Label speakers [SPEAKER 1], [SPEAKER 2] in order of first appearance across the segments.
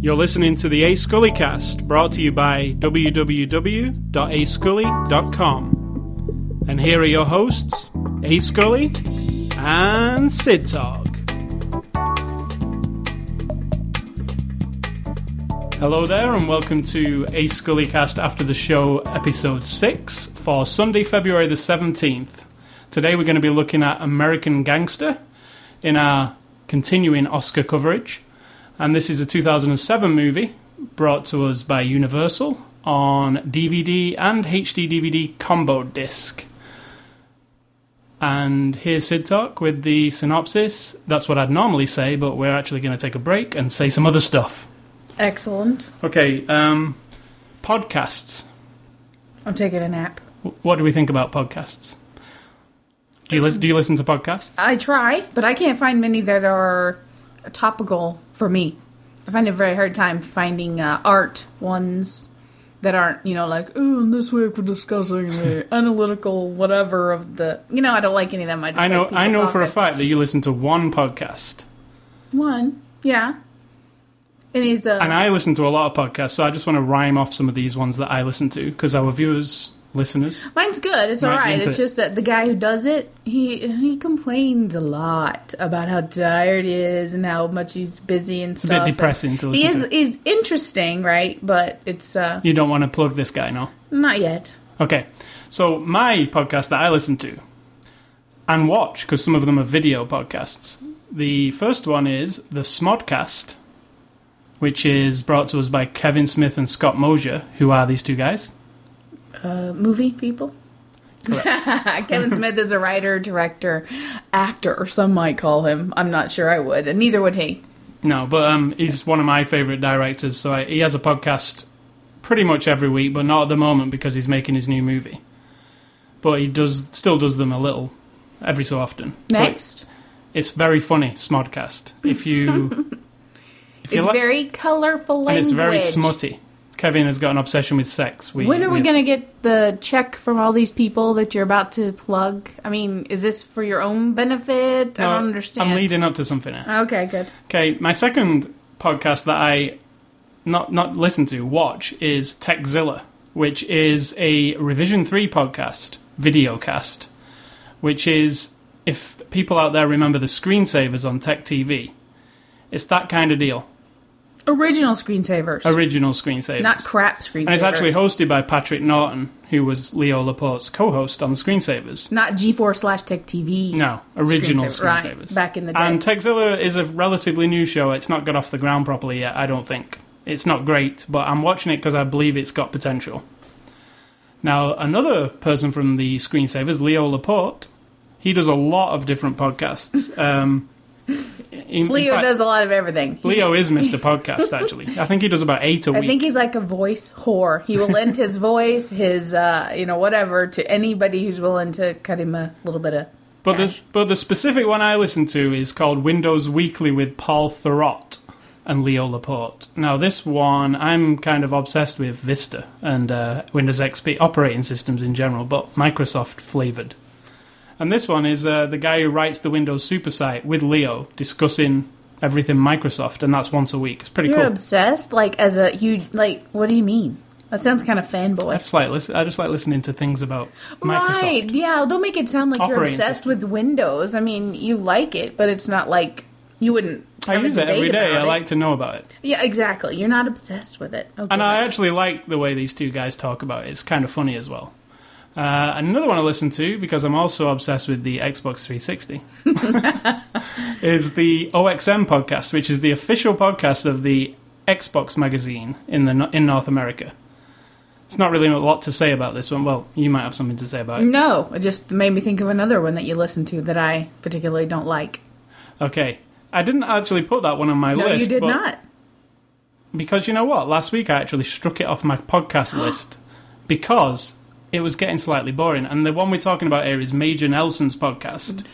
[SPEAKER 1] You're listening to the A Scully cast brought to you by www.ascully.com. And here are your hosts, A Scully and Sid Talk. Hello there, and welcome to A Scully cast after the show, episode 6 for Sunday, February the 17th. Today we're going to be looking at American Gangster in our continuing Oscar coverage. And this is a 2007 movie brought to us by Universal on DVD and HD DVD combo disc. And here's Sid Talk with the synopsis. That's what I'd normally say, but we're actually going to take a break and say some other stuff.
[SPEAKER 2] Excellent.
[SPEAKER 1] Okay, um, podcasts.
[SPEAKER 2] I'm taking a nap.
[SPEAKER 1] W- What do we think about podcasts? Do you, lis- do you listen to podcasts?
[SPEAKER 2] I try, but I can't find many that are topical for me. I find a very hard time finding uh, art ones that aren't, you know, like, oh, and this week we're discussing the analytical whatever of the. You know, I don't like any of them. I, just
[SPEAKER 1] I know,
[SPEAKER 2] like people
[SPEAKER 1] I know for a
[SPEAKER 2] talking.
[SPEAKER 1] fact that you listen to one podcast.
[SPEAKER 2] One, yeah. And he's uh,
[SPEAKER 1] And I listen to a lot of podcasts, so I just want to rhyme off some of these ones that I listen to because our viewers, listeners,
[SPEAKER 2] mine's good. It's all
[SPEAKER 1] Mine's
[SPEAKER 2] right.
[SPEAKER 1] into
[SPEAKER 2] It's
[SPEAKER 1] it.
[SPEAKER 2] just that the guy who does it, he he complains a lot about how tired he is and how much he's busy and
[SPEAKER 1] it's a
[SPEAKER 2] stuff.
[SPEAKER 1] bit
[SPEAKER 2] and-
[SPEAKER 1] depressing to
[SPEAKER 2] He
[SPEAKER 1] listen
[SPEAKER 2] is
[SPEAKER 1] to.
[SPEAKER 2] is interesting, right? But it's uh
[SPEAKER 1] You don't want to plug this guy, no?
[SPEAKER 2] not yet.
[SPEAKER 1] Okay, so my podcast that I listen to and watch because some of them are video podcasts. The first one is the Smodcast, which is brought to us by Kevin Smith and Scott Mosier, who are these two guys.
[SPEAKER 2] Uh, movie people. Kevin Smith is a writer, director, actor, or some might call him. I'm not sure I would, and neither would he.
[SPEAKER 1] No, but um, he's one of my favorite directors. So I, he has a podcast pretty much every week, but not at the moment because he's making his new movie. But he does still does them a little every so often.
[SPEAKER 2] Next,
[SPEAKER 1] But it's very funny, Smodcast. If you, if
[SPEAKER 2] it's
[SPEAKER 1] like-
[SPEAKER 2] very colorful
[SPEAKER 1] and
[SPEAKER 2] language.
[SPEAKER 1] it's very smutty. Kevin has got an obsession with sex. We,
[SPEAKER 2] When are we going to get the check from all these people that you're about to plug? I mean, is this for your own benefit? I
[SPEAKER 1] No,
[SPEAKER 2] don't
[SPEAKER 1] Uh,
[SPEAKER 2] understand.
[SPEAKER 1] I'm leading up to something. Here.
[SPEAKER 2] Okay, good.
[SPEAKER 1] Okay, my second podcast that I not not listen to, watch is Techzilla, which is a Revision 3 podcast, videocast, which is if people out there remember the screensavers on Tech TV, it's that kind of deal.
[SPEAKER 2] Original screensavers,
[SPEAKER 1] Original screensavers.
[SPEAKER 2] not crap screensavers.
[SPEAKER 1] and it's actually hosted by Patrick Norton, who was Leo Laporte's co-host on Screensavers.
[SPEAKER 2] not G4 slash Tech TV.
[SPEAKER 1] No, original
[SPEAKER 2] Screensaver- right,
[SPEAKER 1] screensavers.
[SPEAKER 2] back in the day.
[SPEAKER 1] And Techzilla is a relatively new show. It's not got off the ground properly yet, I don't think. It's not great, but I'm watching it because I believe it's got potential. Now, another person from the screensavers, Leo Laporte, he does a lot of different podcasts. Um, in- in
[SPEAKER 2] Leo
[SPEAKER 1] fact,
[SPEAKER 2] does a lot of everything.
[SPEAKER 1] Leo is Mr. Podcast, actually. I think he does about eight a
[SPEAKER 2] I
[SPEAKER 1] week.
[SPEAKER 2] think he's like a voice whore. He will lend his voice, his uh, you know whatever, to anybody who's willing to cut him a little bit of.
[SPEAKER 1] But the,
[SPEAKER 2] Cash.
[SPEAKER 1] but the specific one I listen to is called Windows Weekly with Paul Thurrott and Leo Laporte. Now, this one, I'm kind of obsessed with Vista and uh, Windows XP operating systems in general, but Microsoft flavored. And this one is uh, the guy who writes the Windows Super site with Leo discussing everything Microsoft, and that's once a week. It's pretty
[SPEAKER 2] You're
[SPEAKER 1] cool.
[SPEAKER 2] obsessed, like as a huge like. What do you mean? That sounds kind of
[SPEAKER 1] I
[SPEAKER 2] fanboy.
[SPEAKER 1] just like listen, I just like listening to things about Microsoft.
[SPEAKER 2] Right? Yeah. Don't make it sound like you're
[SPEAKER 1] Operating
[SPEAKER 2] obsessed
[SPEAKER 1] system.
[SPEAKER 2] with Windows. I mean, you like it, but it's not like you wouldn't.
[SPEAKER 1] I
[SPEAKER 2] have a
[SPEAKER 1] use it
[SPEAKER 2] debate
[SPEAKER 1] every day.
[SPEAKER 2] about
[SPEAKER 1] I
[SPEAKER 2] it.
[SPEAKER 1] like to know about it.
[SPEAKER 2] Yeah, exactly. You're not obsessed with it. Okay.
[SPEAKER 1] And I actually like the way these two guys talk about it. It's kind of funny as well. Uh, another one I listen to because I'm also obsessed with the Xbox 360 is the OXM podcast, which is the official podcast of the Xbox magazine in the in North America. It's not really a lot to say about this one. Well, you might have something to say about it.
[SPEAKER 2] No, it just made me think of another one that you listen to that I particularly don't like.
[SPEAKER 1] Okay, I didn't actually put that one on my
[SPEAKER 2] Mm. No,
[SPEAKER 1] list.
[SPEAKER 2] you did
[SPEAKER 1] but-
[SPEAKER 2] not.
[SPEAKER 1] Because you know what? Last week I actually struck it off my podcast list because it was getting slightly boring. And the one we're talking about here is Major Nelson's podcast,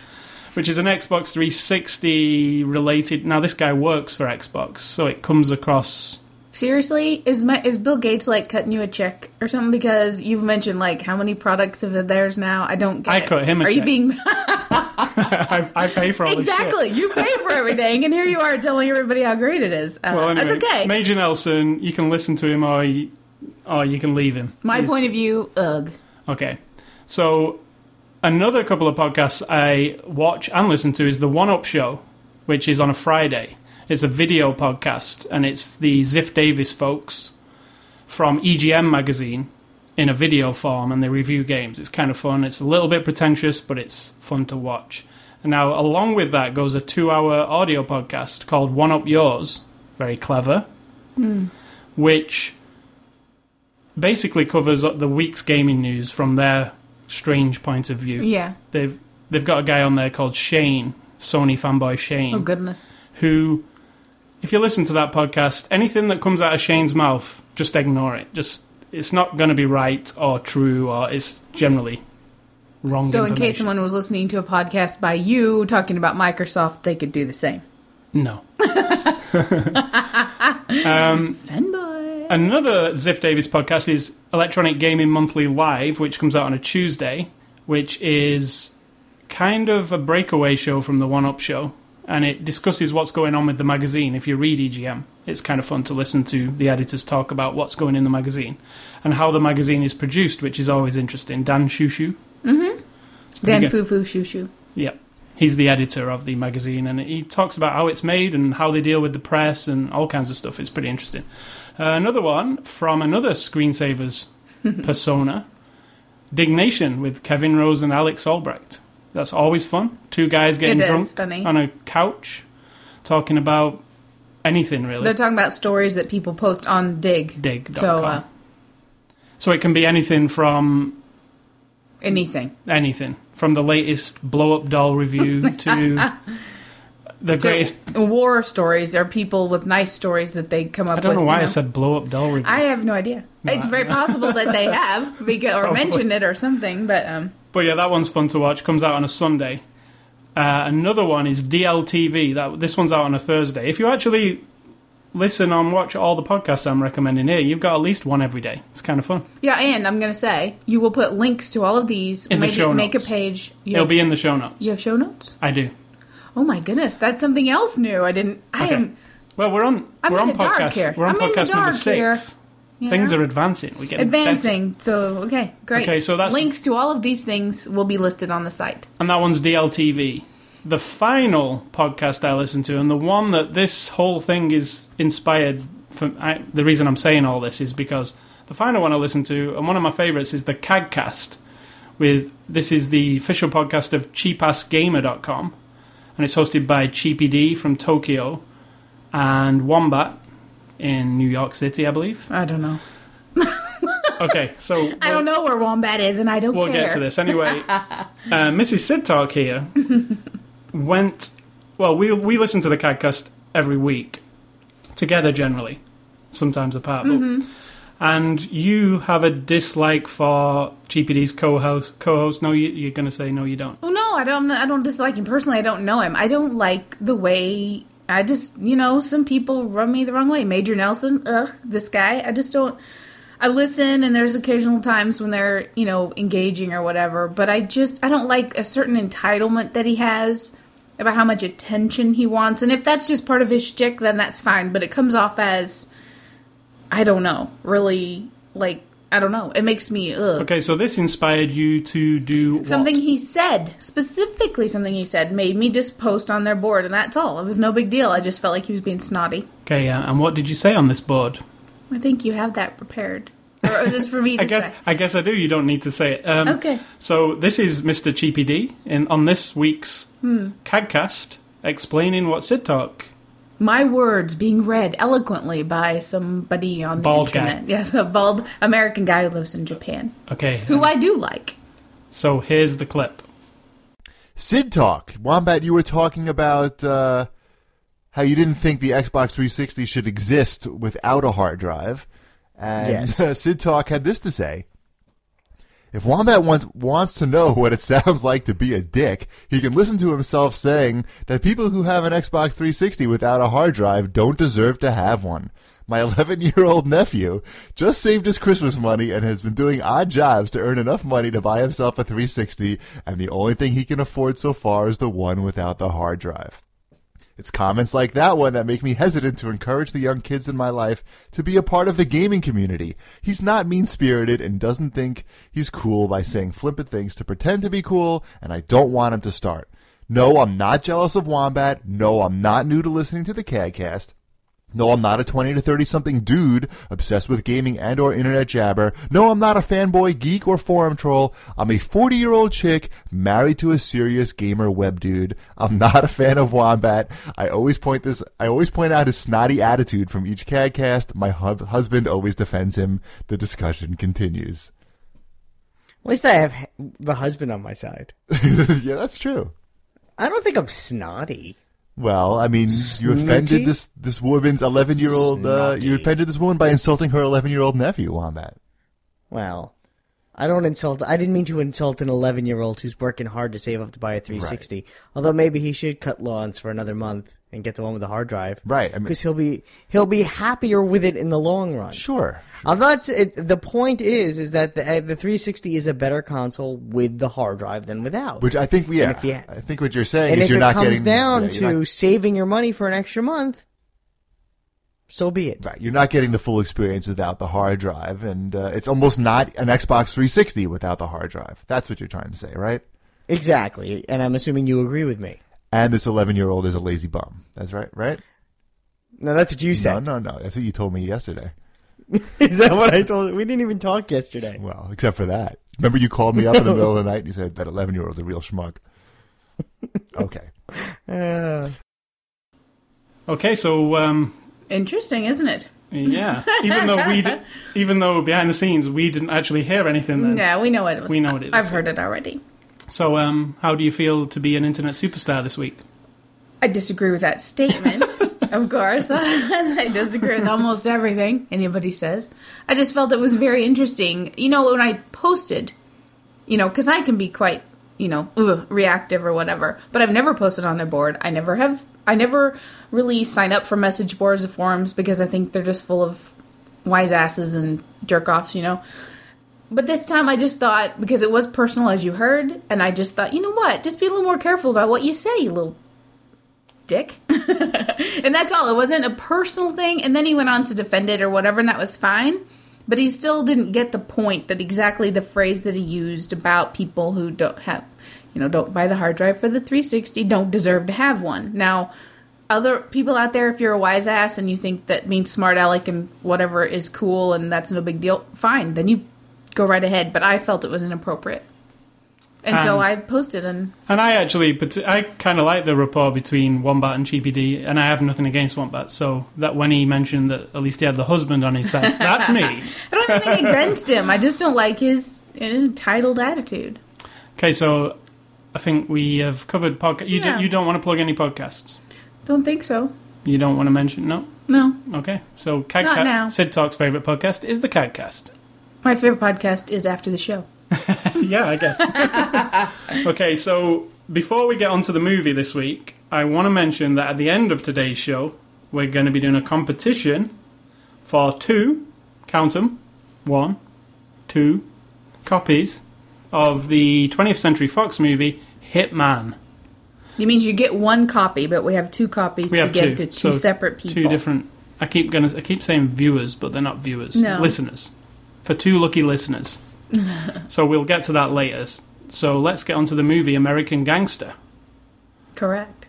[SPEAKER 1] which is an Xbox 360 related. Now, this guy works for Xbox, so it comes across.
[SPEAKER 2] Seriously, is my, is Bill Gates like cutting you a check or something because you've mentioned like how many products of theirs now? I don't get
[SPEAKER 1] I
[SPEAKER 2] it.
[SPEAKER 1] cut him a
[SPEAKER 2] Are you
[SPEAKER 1] check.
[SPEAKER 2] being
[SPEAKER 1] I, I pay for all this shit.
[SPEAKER 2] Exactly. You pay for everything, and here you are telling everybody how great it is. Uh,
[SPEAKER 1] Well, anyway,
[SPEAKER 2] that's okay.
[SPEAKER 1] Major Nelson, you can listen to him or you, or you can leave him.
[SPEAKER 2] My
[SPEAKER 1] He's-
[SPEAKER 2] point of view, ugh.
[SPEAKER 1] Okay. So another couple of podcasts I watch and listen to is the One Up Show, which is on a Friday. It's a video podcast and it's the Ziff Davis folks from EGM magazine in a video form and they review games. It's kind of fun. It's a little bit pretentious, but it's fun to watch. And now along with that goes a 2-hour audio podcast called One Up Yours, very clever, which basically covers up the week's gaming news from their strange point of view.
[SPEAKER 2] Yeah.
[SPEAKER 1] They've they've got a guy on there called Shane, Sony fanboy Shane,
[SPEAKER 2] Oh goodness.
[SPEAKER 1] who if you listen to that podcast, anything that comes out of Shane's mouth, just ignore it. Just it's not going to be right or true or it's generally wrong
[SPEAKER 2] So in case
[SPEAKER 1] information.
[SPEAKER 2] someone was listening to a podcast by you talking about Microsoft, they could do the same.
[SPEAKER 1] No.
[SPEAKER 2] Fanboy.
[SPEAKER 1] Another Ziff Davis podcast is Electronic Gaming Monthly Live, which comes out on a Tuesday, which is kind of a breakaway show from the One Up show. And it discusses what's going on with the magazine. If you read EGM, it's kind of fun to listen to the editors talk about what's going in the magazine and how the magazine is produced, which is always interesting. Dan Shushu. Mm-hmm.
[SPEAKER 2] Dan Foo Foo Shoo Shoo.
[SPEAKER 1] Yeah. He's the editor of the magazine and he talks about how it's made and how they deal with the press and all kinds of stuff. It's pretty interesting. Uh, another one from another screensavers persona Dignation with Kevin Rose and Alex Albrecht. That's always fun. Two guys getting
[SPEAKER 2] It is
[SPEAKER 1] drunk
[SPEAKER 2] funny.
[SPEAKER 1] on a couch talking about anything really.
[SPEAKER 2] They're talking about stories that people post on Dig.
[SPEAKER 1] Dig.com.
[SPEAKER 2] So uh,
[SPEAKER 1] so it can be anything from
[SPEAKER 2] anything.
[SPEAKER 1] anything from the latest blow up doll review to the
[SPEAKER 2] So,
[SPEAKER 1] greatest
[SPEAKER 2] war stories are people with nice stories that they come up
[SPEAKER 1] I
[SPEAKER 2] with.
[SPEAKER 1] don't know
[SPEAKER 2] you
[SPEAKER 1] why I said blow up doll review.
[SPEAKER 2] I have no idea. it's very possible that they have because,
[SPEAKER 1] Oh,
[SPEAKER 2] or mentioned it or something, but um,
[SPEAKER 1] but yeah, that one's fun to watch. Comes out on a Sunday. Uh, another one is DLTV. That this one's out on a Thursday. If you actually listen and watch all the podcasts I'm recommending here, you've got at least one every day. It's kind of fun.
[SPEAKER 2] yeah. And I'm gonna say you will put links to all of these.
[SPEAKER 1] In the
[SPEAKER 2] Maybe
[SPEAKER 1] show
[SPEAKER 2] make
[SPEAKER 1] notes.
[SPEAKER 2] a page. You
[SPEAKER 1] It'll be in the show notes.
[SPEAKER 2] you have show notes.
[SPEAKER 1] I do.
[SPEAKER 2] Oh my goodness, that's something else new. I didn't. I
[SPEAKER 1] Okay.
[SPEAKER 2] am
[SPEAKER 1] Well, we're on.
[SPEAKER 2] I'm
[SPEAKER 1] we're
[SPEAKER 2] in
[SPEAKER 1] on
[SPEAKER 2] the dark
[SPEAKER 1] podcast.
[SPEAKER 2] here.
[SPEAKER 1] We're on
[SPEAKER 2] I'm in the
[SPEAKER 1] podcast number
[SPEAKER 2] dark
[SPEAKER 1] six.
[SPEAKER 2] here.
[SPEAKER 1] Things
[SPEAKER 2] Yeah.
[SPEAKER 1] are advancing. We're getting better.
[SPEAKER 2] advancing. So okay, great.
[SPEAKER 1] Okay, so that's-
[SPEAKER 2] links to all of these things will be listed on the site.
[SPEAKER 1] and that one's DLTV. The final podcast I listened to, and the one that this whole thing is inspired from, I, the reason I'm saying all this is because the final one I listened to, and one of my favorites, is the CAGcast. With this is the official podcast of CheapAssGamer.com, and it's hosted by Cheapy D from Tokyo and Wombat in New York City, I believe.
[SPEAKER 2] I don't know.
[SPEAKER 1] Okay, so
[SPEAKER 2] I don't know where Wombat is, and I don't
[SPEAKER 1] we'll
[SPEAKER 2] care.
[SPEAKER 1] get to this anyway. uh, Mrs. Sidtark here went. Well, we we listen to the CADcast every week together, generally, sometimes apart. But, And you have a dislike for GPD's co-host. Co-host? No, you, you're going to say no, you don't.
[SPEAKER 2] Well, no, I don't. I don't dislike him personally. I don't know him. I don't like the way. I just, you know, some people rub me the wrong way. Major Nelson, ugh, this guy. I just don't. I listen, and there's occasional times when they're, you know, engaging or whatever. But I just, I don't like a certain entitlement that he has about how much attention he wants. And if that's just part of his shtick, then that's fine. But it comes off as, I don't know, really, like, I don't know. It makes me ugh.
[SPEAKER 1] Okay, so this inspired you to do what?
[SPEAKER 2] Something he said, specifically something he said, made me just post on their board, and that's all. It was no big deal. I just felt like he was being snotty.
[SPEAKER 1] Okay, uh, and what did you say on this board?
[SPEAKER 2] I think you have that prepared. Or it was just for me to
[SPEAKER 1] I guess
[SPEAKER 2] say.
[SPEAKER 1] I guess I do. You don't need to say it. Um,
[SPEAKER 2] Okay.
[SPEAKER 1] So this is Mr. Cheapy D in on this week's
[SPEAKER 2] Hmm.
[SPEAKER 1] CADcast explaining what Sid Talk.
[SPEAKER 2] My words being read eloquently by somebody on the
[SPEAKER 1] Bald guy.
[SPEAKER 2] internet. Yes, a bald American guy who lives in Japan,
[SPEAKER 1] Okay.
[SPEAKER 2] who I do like.
[SPEAKER 1] so here's the clip.
[SPEAKER 3] Sid Talk. Wombat, you were talking about uh, how you didn't think the Xbox 360 should exist without a hard drive. And
[SPEAKER 4] Yes.
[SPEAKER 3] Sid Talk had this to say. If Wombat wants, wants to know what it sounds like to be a dick, he can listen to himself saying that people who have an Xbox 360 without a hard drive don't deserve to have one. my 11 year old nephew just saved his Christmas money and has been doing odd jobs to earn enough money to buy himself a 360, and the only thing he can afford so far is the one without the hard drive. It's comments like that one that make me hesitant to encourage the young kids in my life to be a part of the gaming community. He's not mean spirited and doesn't think he's cool by saying flippant things to pretend to be cool, and I don't want him to start. No, I'm not jealous of Wombat. No, I'm not new to listening to the CADcast. No, I'm not a 20 to 30 something dude obsessed with gaming and or internet jabber. No, I'm not a fanboy geek or forum troll. I'm a 40 year old chick married to a serious gamer web dude. I'm not a fan of Wombat. I always point this, I always point out his snotty attitude from each CADcast. My hu- husband always defends him. The discussion continues.
[SPEAKER 4] At least I have h- the husband on my side.
[SPEAKER 3] yeah, that's true.
[SPEAKER 4] I don't think I'm snotty.
[SPEAKER 3] Well, I mean, you offended
[SPEAKER 4] Snooty?
[SPEAKER 3] this this woman's eleven year old. Uh, you
[SPEAKER 4] Snotty.
[SPEAKER 3] offended this woman by insulting her eleven year old nephew, Wombat.
[SPEAKER 4] Well, I don't insult. I didn't mean to insult an 11 year old who's working hard to save up to buy a 360. Although maybe he should cut lawns for another month and get the one with the hard drive.
[SPEAKER 3] Right, I mean-
[SPEAKER 4] Because he'll be he'll be happier with it in the long run.
[SPEAKER 3] Sure.
[SPEAKER 4] I'm not. s- It, the point is, is that the, uh, the 360 is a better console with the hard drive than without.
[SPEAKER 3] Which I think, yeah,
[SPEAKER 4] if you-
[SPEAKER 3] I think what you're saying
[SPEAKER 4] and
[SPEAKER 3] is
[SPEAKER 4] if
[SPEAKER 3] you're
[SPEAKER 4] it
[SPEAKER 3] not
[SPEAKER 4] comes
[SPEAKER 3] getting
[SPEAKER 4] down
[SPEAKER 3] yeah,
[SPEAKER 4] to
[SPEAKER 3] you're not-
[SPEAKER 4] saving your money for an extra month, so be it.
[SPEAKER 3] right, you're not getting the full experience without the hard drive, and uh, it's almost not an Xbox 360 without the hard drive. That's what you're trying to say, right?
[SPEAKER 4] Exactly, and I'm assuming you agree with me.
[SPEAKER 3] And this 11 year old is a lazy bum. That's right, right?
[SPEAKER 4] No, that's what you said.
[SPEAKER 3] No, no, no. That's what you told me yesterday.
[SPEAKER 4] Is that what I told? We didn't even talk yesterday.
[SPEAKER 3] Well, except for that. Remember, you called me up in the middle of the night and you said that 11 year old's a real schmuck. Okay.
[SPEAKER 4] Uh,
[SPEAKER 1] Okay, so um,
[SPEAKER 2] Interesting, isn't it?
[SPEAKER 1] yeah, even though we, d- even though behind the scenes we didn't actually hear anything then.
[SPEAKER 2] Yeah, we know what it was.
[SPEAKER 1] Uh, We know what it is.
[SPEAKER 2] I've heard it already.
[SPEAKER 1] So, um, how do you feel to be an internet superstar this week?
[SPEAKER 2] I disagree with that statement, of course. I disagree with almost everything anybody says. I just felt it was very interesting. You know, when I posted, you know, because I can be quite, you know, ugh, reactive or whatever, but I've never posted on their board. I never have, I never really sign up for message boards or forums because I think they're just full of wise asses and jerk offs, you know. But this time I just thought, because it was personal as you heard, and I just thought, you know what, just be a little more careful about what you say, you little dick. and that's all. It wasn't a personal thing. And then he went on to defend it or whatever, and that was fine. But he still didn't get the point that exactly the phrase that he used about people who don't have, you know, don't buy the hard drive for the 360 don't deserve to have one. Now, other people out there, if you're a wise ass and you think that being smart aleck and whatever is cool and that's no big deal, fine. Then you go right ahead. But I felt it was inappropriate. And, so
[SPEAKER 1] And-
[SPEAKER 2] I posted and
[SPEAKER 1] And I actually, but I kind of like the rapport between Wombat and GPD, and I have nothing against Wombat. So that when he mentioned that at least he had the husband on his side, that's me.
[SPEAKER 2] I don't have anything against him. I just don't like his entitled attitude.
[SPEAKER 1] Okay, so I think we have covered podcast. You
[SPEAKER 2] Yeah.
[SPEAKER 1] do, you don't want to plug any podcasts.
[SPEAKER 2] Don't think so.
[SPEAKER 1] You don't want to mention no.
[SPEAKER 2] No.
[SPEAKER 1] Okay, so
[SPEAKER 2] Not now.
[SPEAKER 1] Cadcast, Sid Talk's favorite podcast is the Cadcast.
[SPEAKER 2] My favorite podcast is After the Show.
[SPEAKER 1] yeah, I guess. okay, so before we get onto the movie this week, I want to mention that at the end of today's show, we're going to be doing a competition for two, count 'em, one, two copies of the 20th Century Fox movie Hitman.
[SPEAKER 2] You mean you get one copy, but we have two copies
[SPEAKER 1] We
[SPEAKER 2] to
[SPEAKER 1] have
[SPEAKER 2] give
[SPEAKER 1] two,
[SPEAKER 2] to two
[SPEAKER 1] so
[SPEAKER 2] separate people.
[SPEAKER 1] Two different. I keep going to. I keep saying viewers, but they're not viewers.
[SPEAKER 2] No.
[SPEAKER 1] Listeners. For two lucky listeners. so we'll get to that later. So let's get onto the movie American Gangster.
[SPEAKER 2] Correct.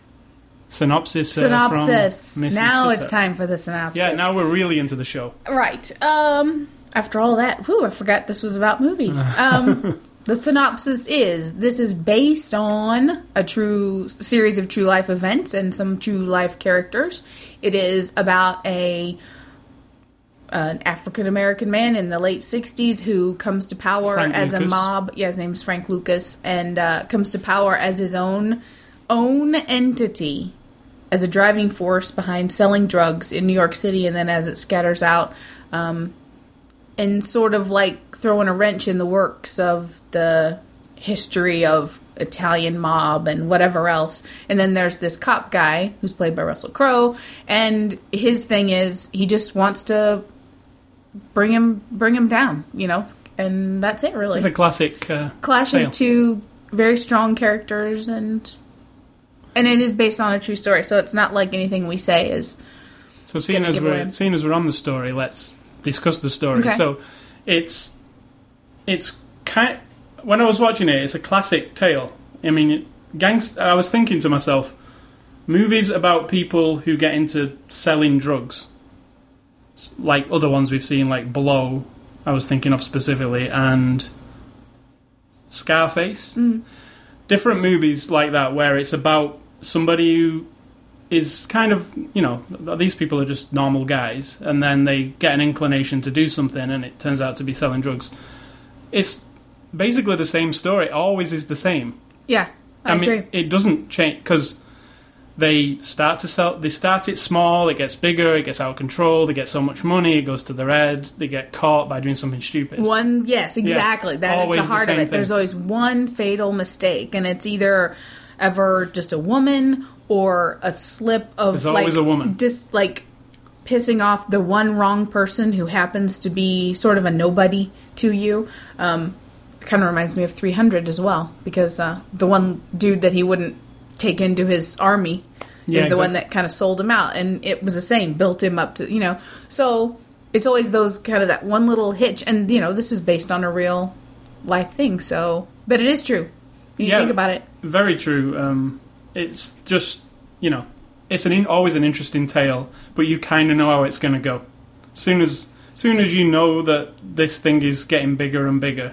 [SPEAKER 1] synopsis. uh, from
[SPEAKER 2] Synopsis.
[SPEAKER 1] Mrs.
[SPEAKER 2] now it's
[SPEAKER 1] Sitter.
[SPEAKER 2] time for the synopsis.
[SPEAKER 1] Yeah, now we're really into the show.
[SPEAKER 2] Right. Um after all that, whew, I forgot this was about movies. Um the synopsis is this is based on a true series of true life events and some true life characters. It is about a an African American man in the late '60s who comes to power
[SPEAKER 1] Frank
[SPEAKER 2] as a
[SPEAKER 1] Lucas.
[SPEAKER 2] mob. Yeah, his name's Frank Lucas, and uh, comes to power as his own own entity, as a driving force behind selling drugs in New York City, and then as it scatters out, um, and sort of like throwing a wrench in the works of the history of Italian mob and whatever else. And then there's this cop guy who's played by Russell Crowe, and his thing is he just wants to bring him bring him down, you know. And that's it, really.
[SPEAKER 1] It's a classic uh,
[SPEAKER 2] clash
[SPEAKER 1] tale.
[SPEAKER 2] of two very strong characters, and and it is based on a true story, so it's not like anything we say is
[SPEAKER 1] So seeing
[SPEAKER 2] gonna
[SPEAKER 1] as
[SPEAKER 2] give
[SPEAKER 1] we're
[SPEAKER 2] away.
[SPEAKER 1] seeing as we're on the story, let's discuss the story.
[SPEAKER 2] Okay.
[SPEAKER 1] So it's it's kind. When I was watching it, it's a classic tale. I mean, gangst. I was thinking to myself, movies about people who get into selling drugs, S- like other ones we've seen, like Blow. I was thinking of specifically, and Scarface.
[SPEAKER 2] Mm.
[SPEAKER 1] Different movies like that where it's about somebody who is kind of you know these people are just normal guys and then they get an inclination to do something and it turns out to be selling drugs it's basically the same story it always is the same
[SPEAKER 2] yeah. I,
[SPEAKER 1] mean
[SPEAKER 2] agree.
[SPEAKER 1] it doesn't change because they start to sell they start it small it gets bigger it gets out of control they get so much money it goes to their head they get caught by doing something stupid
[SPEAKER 2] One, yes, exactly. That is
[SPEAKER 1] always the
[SPEAKER 2] the heart of
[SPEAKER 1] same
[SPEAKER 2] it.
[SPEAKER 1] thing.
[SPEAKER 2] There's always one fatal mistake, and it's either ever just a woman or a slip of
[SPEAKER 1] There's
[SPEAKER 2] like
[SPEAKER 1] always a woman.
[SPEAKER 2] just like pissing off the one wrong person who happens to be sort of a nobody to you. Um, kind of reminds me of 300 as well because uh, the one dude that he wouldn't take into his army
[SPEAKER 1] Yeah,
[SPEAKER 2] is the one
[SPEAKER 1] exactly.
[SPEAKER 2] that kind of sold him out and it was the same built him up to you know so it's always those kind of that one little hitch and you know this is based on a real life thing so but it is true when you
[SPEAKER 1] Yeah.
[SPEAKER 2] think about it
[SPEAKER 1] Very true. Um, it's just you know, it's an in, always an interesting tale, but you kind of know how it's going to go. Soon as soon as you know that this thing is getting bigger and bigger,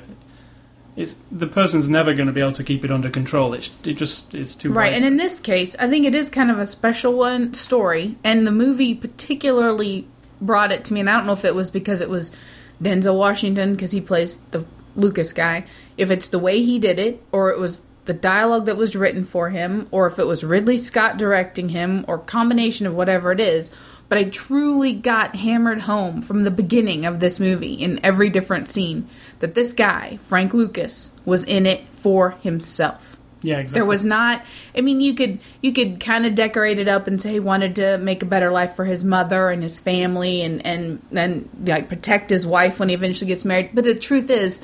[SPEAKER 1] it's the person's never going to be able to keep it under control. It's it just it's too
[SPEAKER 2] right and
[SPEAKER 1] widespread.
[SPEAKER 2] in this case i think it is kind of a special one story and the movie particularly brought it to me and i don't know if it was because it was denzel washington because he plays the lucas guy if it's the way he did it or it was the dialogue that was written for him or if it was ridley scott directing him or combination of whatever it is but i truly got hammered home from the beginning of this movie in every different scene that this guy frank lucas was in it for himself
[SPEAKER 1] yeah, exactly.
[SPEAKER 2] there was not i mean you could you could kind of decorate it up and say he wanted to make a better life for his mother and his family and and and like protect his wife when he eventually gets married but the truth is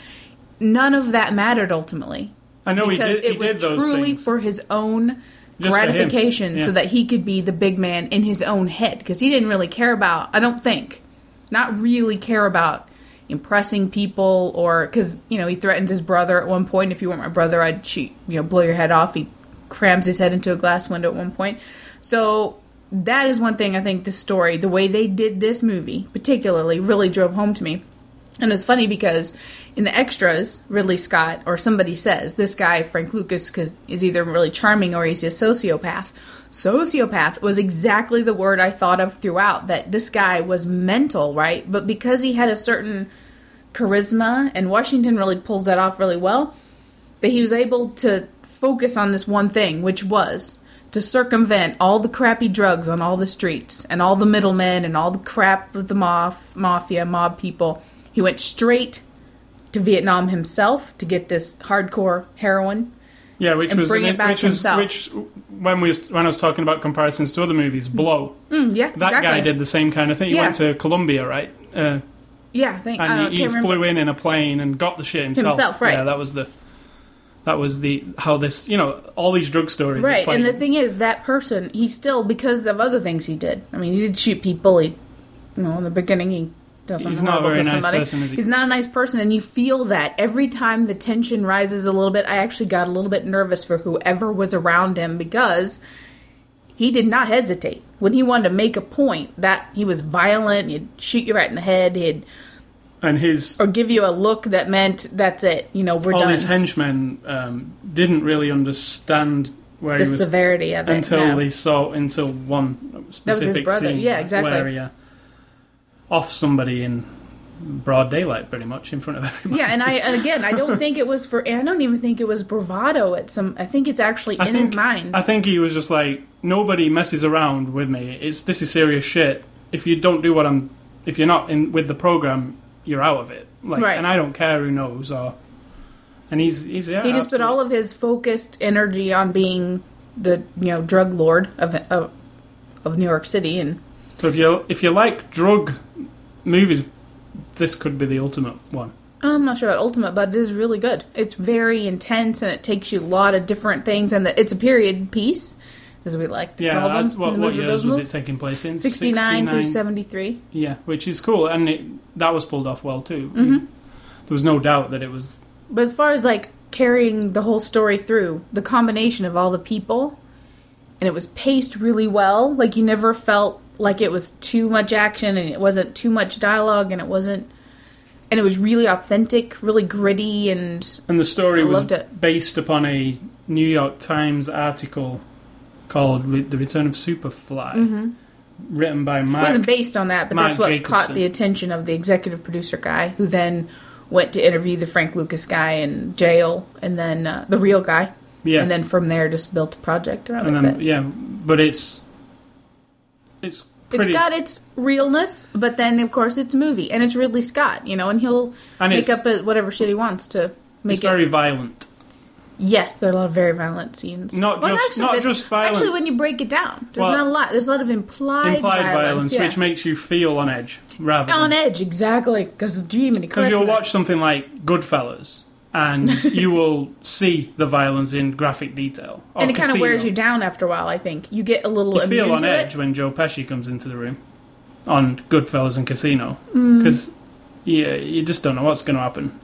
[SPEAKER 2] none of that mattered ultimately
[SPEAKER 1] I know he
[SPEAKER 2] because
[SPEAKER 1] did. He
[SPEAKER 2] it was
[SPEAKER 1] did those
[SPEAKER 2] truly
[SPEAKER 1] things.
[SPEAKER 2] for his own
[SPEAKER 1] Just for him.
[SPEAKER 2] gratification
[SPEAKER 1] Yeah.
[SPEAKER 2] so that he could be the big man in his own head because he didn't really care about i don't think not really care about impressing people or because you know he threatens his brother at one point if you weren't my brother i'd shoot you know blow your head off he crams his head into a glass window at one point so that is one thing i think this story the way they did this movie particularly really drove home to me and it's funny because in the extras, Ridley Scott or somebody says this guy Frank Lucas 'cause- is either really charming or he's a sociopath. Sociopath was exactly the word I thought of throughout. That this guy was mental, right? But because he had a certain charisma, and Washington really pulls that off really well, that he was able to focus on this one thing, which was to circumvent all the crappy drugs on all the streets and all the middlemen and all the crap of the maf- mafia, mob people. He went straight to Vietnam himself to get this hardcore heroin.
[SPEAKER 1] yeah, which
[SPEAKER 2] and
[SPEAKER 1] was
[SPEAKER 2] bring
[SPEAKER 1] an-
[SPEAKER 2] it back
[SPEAKER 1] which was
[SPEAKER 2] himself.
[SPEAKER 1] which when we was, when I was talking about comparisons to other movies, Blow
[SPEAKER 2] Mm, yeah,
[SPEAKER 1] that
[SPEAKER 2] exactly.
[SPEAKER 1] guy did the same kind of thing. He
[SPEAKER 2] Yeah.
[SPEAKER 1] went to Colombia, right? Uh,
[SPEAKER 2] Yeah, I think. Oh, I
[SPEAKER 1] and
[SPEAKER 2] don't,
[SPEAKER 1] he, he
[SPEAKER 2] can't remember.
[SPEAKER 1] flew in in a plane and got the shit himself.
[SPEAKER 2] Himself, right.
[SPEAKER 1] Yeah, that was the that was the how this you know all these drug stories.
[SPEAKER 2] Right,
[SPEAKER 1] it's like,
[SPEAKER 2] and the thing is, that person, he still, because of other things he did. I mean, he did shoot people. He, you know, in the beginning, he does something
[SPEAKER 1] He's not a
[SPEAKER 2] horrible
[SPEAKER 1] very
[SPEAKER 2] to
[SPEAKER 1] nice
[SPEAKER 2] somebody.
[SPEAKER 1] person, is he?
[SPEAKER 2] He's not a nice person, and you feel that every time the tension rises a little bit. I actually got a little bit nervous for whoever was around him because he did not hesitate when he wanted to make a point. That he was violent. He'd shoot you right in the head. He'd
[SPEAKER 1] and his
[SPEAKER 2] or give you a look that meant that's it. You know, we're
[SPEAKER 1] all
[SPEAKER 2] done.
[SPEAKER 1] his henchmen um, didn't really understand where
[SPEAKER 2] the
[SPEAKER 1] he was
[SPEAKER 2] severity of it
[SPEAKER 1] until
[SPEAKER 2] no.
[SPEAKER 1] they saw until one specific
[SPEAKER 2] was his brother,
[SPEAKER 1] scene.
[SPEAKER 2] yeah, exactly.
[SPEAKER 1] Where he uh, off somebody in broad daylight, pretty much in front of everybody.
[SPEAKER 2] Yeah, and I and again, I don't think it was for. And I don't even think it was bravado. At some, I think it's actually in his mind.
[SPEAKER 1] I think he was just like, nobody messes around with me. It's this is serious shit. If you don't do what I'm, if you're not in with the program, you're out of it. Like,
[SPEAKER 2] Right.
[SPEAKER 1] and I don't care who knows or And he's he's yeah.
[SPEAKER 2] He just put
[SPEAKER 1] absolutely.
[SPEAKER 2] all of his focused energy on being the you know drug lord of of, of New York City, and
[SPEAKER 1] So if you if you like drug movies, this could be the ultimate one.
[SPEAKER 2] I'm not sure about Ultimate, but it is really good. It's very intense, and it takes you a lot of different things, and the, it's a period piece, as we like to
[SPEAKER 1] Yeah,
[SPEAKER 2] call them.
[SPEAKER 1] that's what
[SPEAKER 2] in the
[SPEAKER 1] what
[SPEAKER 2] movie
[SPEAKER 1] years was it
[SPEAKER 2] business.
[SPEAKER 1] taking place in?
[SPEAKER 2] 69, through 73.
[SPEAKER 1] Yeah, which is cool, and it, that was pulled off well too.
[SPEAKER 2] Mm-hmm.
[SPEAKER 1] There was no doubt that it was.
[SPEAKER 2] But as far as like carrying the whole story through, the combination of all the people, and it was paced really well. Like you never felt like it was too much action, and it wasn't too much dialogue, and it wasn't, and it was really authentic, really gritty, and
[SPEAKER 1] And the story
[SPEAKER 2] I
[SPEAKER 1] was
[SPEAKER 2] loved it.
[SPEAKER 1] based upon a New York Times article called Re- "The Return of Superfly," written by
[SPEAKER 2] Mm-hmm. it wasn't
[SPEAKER 1] Mark.
[SPEAKER 2] based on that, but
[SPEAKER 1] Mark
[SPEAKER 2] that's what
[SPEAKER 1] Jacobson.
[SPEAKER 2] caught the attention of the executive producer guy, who then went to interview the Frank Lucas guy in jail, and then uh, the real guy,
[SPEAKER 1] Yeah,
[SPEAKER 2] and then from there just built the project around
[SPEAKER 1] and
[SPEAKER 2] it.
[SPEAKER 1] then
[SPEAKER 2] But-
[SPEAKER 1] yeah, but it's it's
[SPEAKER 2] It's
[SPEAKER 1] pretty
[SPEAKER 2] got its realness, but then of course it's a movie, and it's Ridley Scott, you know, and he'll
[SPEAKER 1] and
[SPEAKER 2] make
[SPEAKER 1] it's,
[SPEAKER 2] up a, whatever shit he wants to make
[SPEAKER 1] it's
[SPEAKER 2] it.
[SPEAKER 1] very violent.
[SPEAKER 2] yes, there are a lot of very violent scenes.
[SPEAKER 1] Not
[SPEAKER 2] Well,
[SPEAKER 1] just
[SPEAKER 2] actually,
[SPEAKER 1] not
[SPEAKER 2] that's-
[SPEAKER 1] just violent.
[SPEAKER 2] Actually, when you break it down, there's
[SPEAKER 1] Well,
[SPEAKER 2] not a lot. There's a lot of implied,
[SPEAKER 1] implied violence,
[SPEAKER 2] yeah.
[SPEAKER 1] which makes you feel on edge rather
[SPEAKER 2] on
[SPEAKER 1] than
[SPEAKER 2] edge exactly because gee, many
[SPEAKER 1] because you'll
[SPEAKER 2] Christmas.
[SPEAKER 1] watch something like Goodfellas and you will see the violence in graphic detail. Or
[SPEAKER 2] and it kind of
[SPEAKER 1] Casino.
[SPEAKER 2] wears you down after a while. I think you get a little
[SPEAKER 1] You
[SPEAKER 2] immune
[SPEAKER 1] feel on
[SPEAKER 2] to
[SPEAKER 1] edge
[SPEAKER 2] it.
[SPEAKER 1] when Joe Pesci comes into the room on Goodfellas and Casino
[SPEAKER 2] Mm.
[SPEAKER 1] because yeah, you just don't know what's going to happen.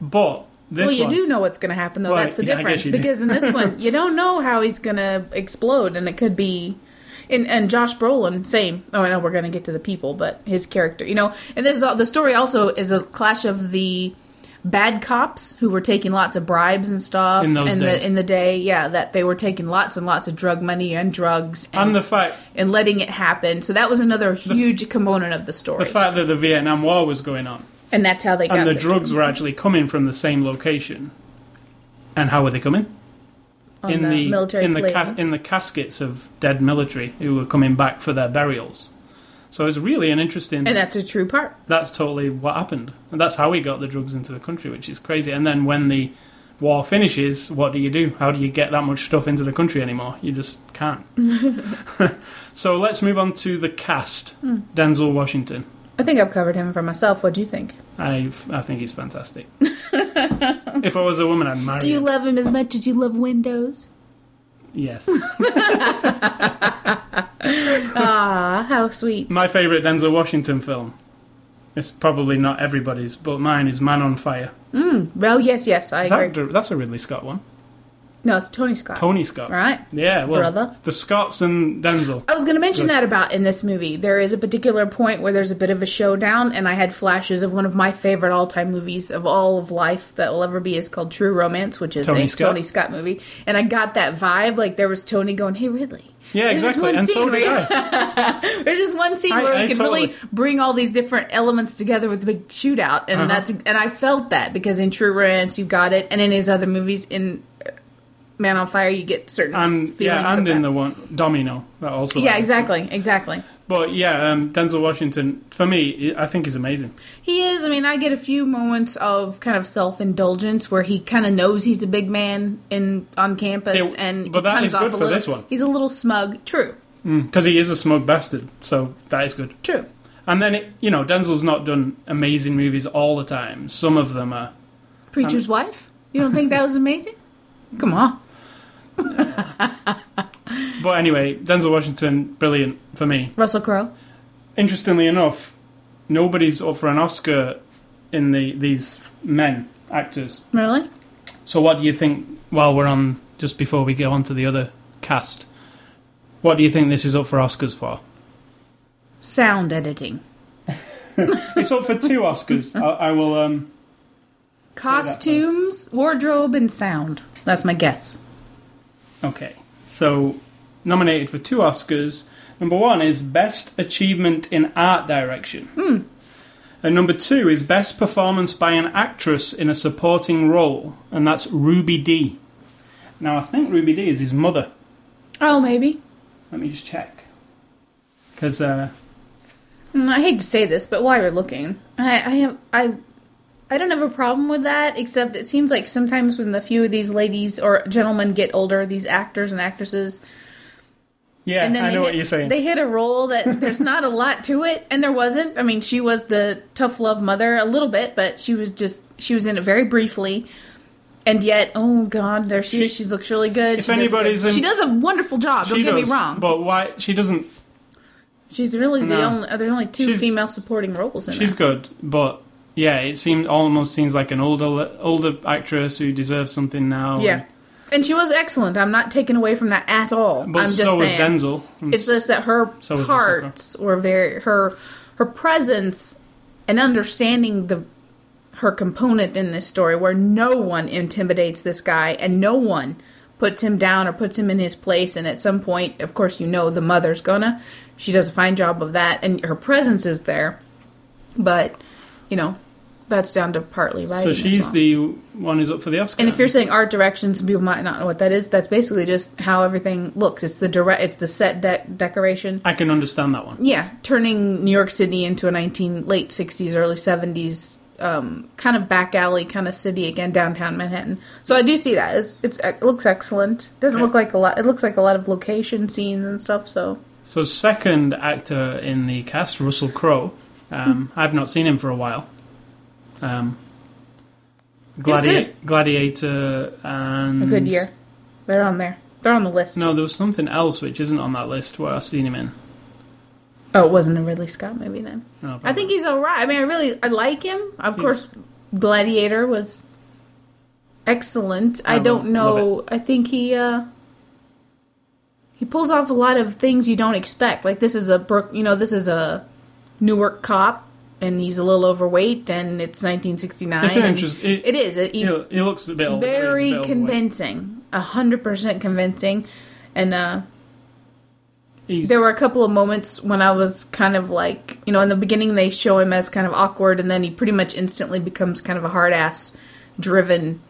[SPEAKER 1] But this
[SPEAKER 2] well, you
[SPEAKER 1] one,
[SPEAKER 2] do know what's going to happen, though.
[SPEAKER 1] Well,
[SPEAKER 2] That's the
[SPEAKER 1] yeah, I guess
[SPEAKER 2] difference
[SPEAKER 1] you do.
[SPEAKER 2] because in this one, you don't know how he's going to explode, and it could be. And, and Josh Brolin, same. Oh, I know we're going to get to the people, but his character, you know. And this is all, the story also is a clash of the bad cops who were taking lots of bribes and stuff
[SPEAKER 1] In those
[SPEAKER 2] and
[SPEAKER 1] days.
[SPEAKER 2] The, in the day, yeah, that they were taking lots and lots of drug money and drugs and,
[SPEAKER 1] and the fact
[SPEAKER 2] and letting it happen. So that was another huge component of the story,
[SPEAKER 1] the fact that the Vietnam War was going on
[SPEAKER 2] and that's how they got
[SPEAKER 1] and the
[SPEAKER 2] there.
[SPEAKER 1] drugs were actually coming from the same location, and how were they coming?
[SPEAKER 2] on the, military
[SPEAKER 1] in the ca-
[SPEAKER 2] planes.
[SPEAKER 1] in the caskets of dead military who were coming back for their burials. So it's really an interesting.
[SPEAKER 2] and that's a true part.
[SPEAKER 1] that's totally what happened, and that's how we got the drugs into the country, which is crazy. And then when the war finishes, what do you do? How do you get that much stuff into the country anymore? You just can't. so let's move on to the cast.
[SPEAKER 2] Hmm.
[SPEAKER 1] Denzel Washington.
[SPEAKER 2] I think I've covered him for myself. What do you think?
[SPEAKER 1] I I think he's fantastic. if I was a woman, I'd marry
[SPEAKER 2] Do you
[SPEAKER 1] him.
[SPEAKER 2] love him as much as you love windows?
[SPEAKER 1] yes.
[SPEAKER 2] Ah, how sweet.
[SPEAKER 1] My favourite Denzel Washington film. It's probably not everybody's, but mine is Man on Fire.
[SPEAKER 2] Well, Oh, yes, yes, I
[SPEAKER 1] Is that-
[SPEAKER 2] agree.
[SPEAKER 1] that's a Ridley Scott one.
[SPEAKER 2] No, it's Tony Scott.
[SPEAKER 1] Tony Scott.
[SPEAKER 2] Right?
[SPEAKER 1] Yeah, well,
[SPEAKER 2] Brother.
[SPEAKER 1] the Scots and Denzel.
[SPEAKER 2] I was going to mention that about in this movie. There is a particular point where there's a bit of a showdown, and I had flashes of one of my favorite all time movies of all of life that will ever be is called True Romance, which is
[SPEAKER 1] Tony
[SPEAKER 2] a
[SPEAKER 1] Scott?
[SPEAKER 2] Tony Scott movie. And I got that vibe. Like, there was Tony going, Hey, Ridley.
[SPEAKER 1] Yeah,
[SPEAKER 2] There's this
[SPEAKER 1] exactly.
[SPEAKER 2] one
[SPEAKER 1] And so
[SPEAKER 2] scene
[SPEAKER 1] did
[SPEAKER 2] where-
[SPEAKER 1] I.
[SPEAKER 2] There's just one scene
[SPEAKER 1] I-
[SPEAKER 2] where we
[SPEAKER 1] I
[SPEAKER 2] can
[SPEAKER 1] totally-
[SPEAKER 2] really bring all these different elements together with the big shootout, and
[SPEAKER 1] Uh-huh.
[SPEAKER 2] that's and I felt that because in True Romance you got it, and in his other movies in uh, Man on Fire you get certain
[SPEAKER 1] And
[SPEAKER 2] feelings.
[SPEAKER 1] yeah, and
[SPEAKER 2] of
[SPEAKER 1] in
[SPEAKER 2] that.
[SPEAKER 1] the one Domino that also.
[SPEAKER 2] yeah, exactly, exactly.
[SPEAKER 1] But yeah, um, Denzel Washington for me, I think is amazing.
[SPEAKER 2] He is. I mean, I get a few moments of kind of self indulgence where he kind of knows he's a big man in on campus,
[SPEAKER 1] It-
[SPEAKER 2] and
[SPEAKER 1] but
[SPEAKER 2] he
[SPEAKER 1] that
[SPEAKER 2] comes
[SPEAKER 1] is
[SPEAKER 2] off
[SPEAKER 1] good
[SPEAKER 2] a
[SPEAKER 1] for
[SPEAKER 2] little-
[SPEAKER 1] this one.
[SPEAKER 2] He's a little smug. True,
[SPEAKER 1] Because Mm, he is a smug bastard, so that is good.
[SPEAKER 2] true.
[SPEAKER 1] And then it, you know, Denzel's not done amazing movies all the time. Some of them are
[SPEAKER 2] Preacher's
[SPEAKER 1] Um,
[SPEAKER 2] wife. You don't think that was amazing? Come on.
[SPEAKER 1] But anyway, Denzel Washington, brilliant for me.
[SPEAKER 2] Russell Crowe.
[SPEAKER 1] Interestingly enough, nobody's up for an Oscar in the these men actors.
[SPEAKER 2] Really?
[SPEAKER 1] So what do you think? While we're on, just before we go on to the other cast, what do you think this is up for Oscars for?
[SPEAKER 2] sound editing,
[SPEAKER 1] It's up for two Oscars. I, I will. Um,
[SPEAKER 2] costumes, wardrobe, and sound. That's my guess.
[SPEAKER 1] okay, so nominated for two Oscars. Number one is Best Achievement in Art Direction.
[SPEAKER 2] Hmm.
[SPEAKER 1] And number two is Best Performance by an Actress in a Supporting Role, and that's Ruby Dee. Now, I think Ruby Dee is his mother.
[SPEAKER 2] Oh, maybe.
[SPEAKER 1] Let me just check. Because uh,
[SPEAKER 2] Mm, I hate to say this, but while you're looking, I, I have I I don't have a problem with that, except it seems like sometimes when a few of these ladies or gentlemen get older, these actors and actresses,
[SPEAKER 1] Yeah,
[SPEAKER 2] and then
[SPEAKER 1] I
[SPEAKER 2] they
[SPEAKER 1] know what
[SPEAKER 2] hit-
[SPEAKER 1] you're saying.
[SPEAKER 2] They hit a role that there's not a lot to it, and there wasn't. I mean, she was the tough love mother a little bit, but she was just she was in it very briefly. And yet, oh god, there she, is. She looks really good.
[SPEAKER 1] If
[SPEAKER 2] she does a
[SPEAKER 1] anybody's
[SPEAKER 2] good-
[SPEAKER 1] in-
[SPEAKER 2] she does a wonderful job.
[SPEAKER 1] She
[SPEAKER 2] don't get
[SPEAKER 1] does,
[SPEAKER 2] me wrong.
[SPEAKER 1] But why? She doesn't.
[SPEAKER 2] she's really the
[SPEAKER 1] No.
[SPEAKER 2] only. uh, There's only two
[SPEAKER 1] She's-
[SPEAKER 2] female supporting roles in
[SPEAKER 1] She's
[SPEAKER 2] it.
[SPEAKER 1] good, but yeah, it seemed almost seems like an older older actress who deserves something now.
[SPEAKER 2] Yeah, and she was excellent. I'm not taking away from that at all.
[SPEAKER 1] and- but
[SPEAKER 2] I'm just
[SPEAKER 1] so was
[SPEAKER 2] saying.
[SPEAKER 1] Denzel. And
[SPEAKER 2] It's just that her
[SPEAKER 1] So is Ahsoka.
[SPEAKER 2] parts were very her her presence and understanding the her component in this story where no one intimidates this guy and no one puts him down or puts him in his place and at some point of course you know the mother's gonna she does a fine job of that and her presence is there but you know that's down to partly right
[SPEAKER 1] so she's the one who's up for the Oscar.
[SPEAKER 2] and if you're saying art direction, some people might not know what that is. That's basically just how everything looks. It's the direct, it's the set de- decoration.
[SPEAKER 1] I can understand that one.
[SPEAKER 2] Yeah, turning New York City into a 19 late 60s, early 70s um, kind of back alley kind of city again, downtown Manhattan. So I do see that. It's, it's it looks excellent. Doesn't look like a lot. It looks like a lot of location scenes and stuff. So
[SPEAKER 1] So second actor in the cast, Russell Crowe. Um,
[SPEAKER 2] Hmm.
[SPEAKER 1] I've not seen him for a while. Um,
[SPEAKER 2] was good.
[SPEAKER 1] Gladiator and
[SPEAKER 2] a good year. They're on there. They're on the list.
[SPEAKER 1] Mm-hmm. No, there was something else which isn't on that list where I've seen him in.
[SPEAKER 2] Oh, it wasn't a Ridley Scott movie then.
[SPEAKER 1] No,
[SPEAKER 2] I think he's all right. I mean, I really I like him. Of
[SPEAKER 1] He's-
[SPEAKER 2] course, Gladiator was excellent. I,
[SPEAKER 1] I
[SPEAKER 2] don't
[SPEAKER 1] love- love
[SPEAKER 2] know. I think he uh he pulls off a lot of things you don't expect. Like this is a Brook, you know, this is a Newark cop, and he's a little overweight, and it's 1969.
[SPEAKER 1] It's an
[SPEAKER 2] and
[SPEAKER 1] interest- it-
[SPEAKER 2] it is. It,
[SPEAKER 1] he, he looks a bit older. he's a
[SPEAKER 2] very
[SPEAKER 1] bit overweight.
[SPEAKER 2] convincing, a hundred percent convincing, and uh
[SPEAKER 1] He's-
[SPEAKER 2] there were a couple of moments when I was kind of like, you know, in the beginning they show him as kind of awkward, and then he pretty much instantly becomes kind of a hard ass, driven,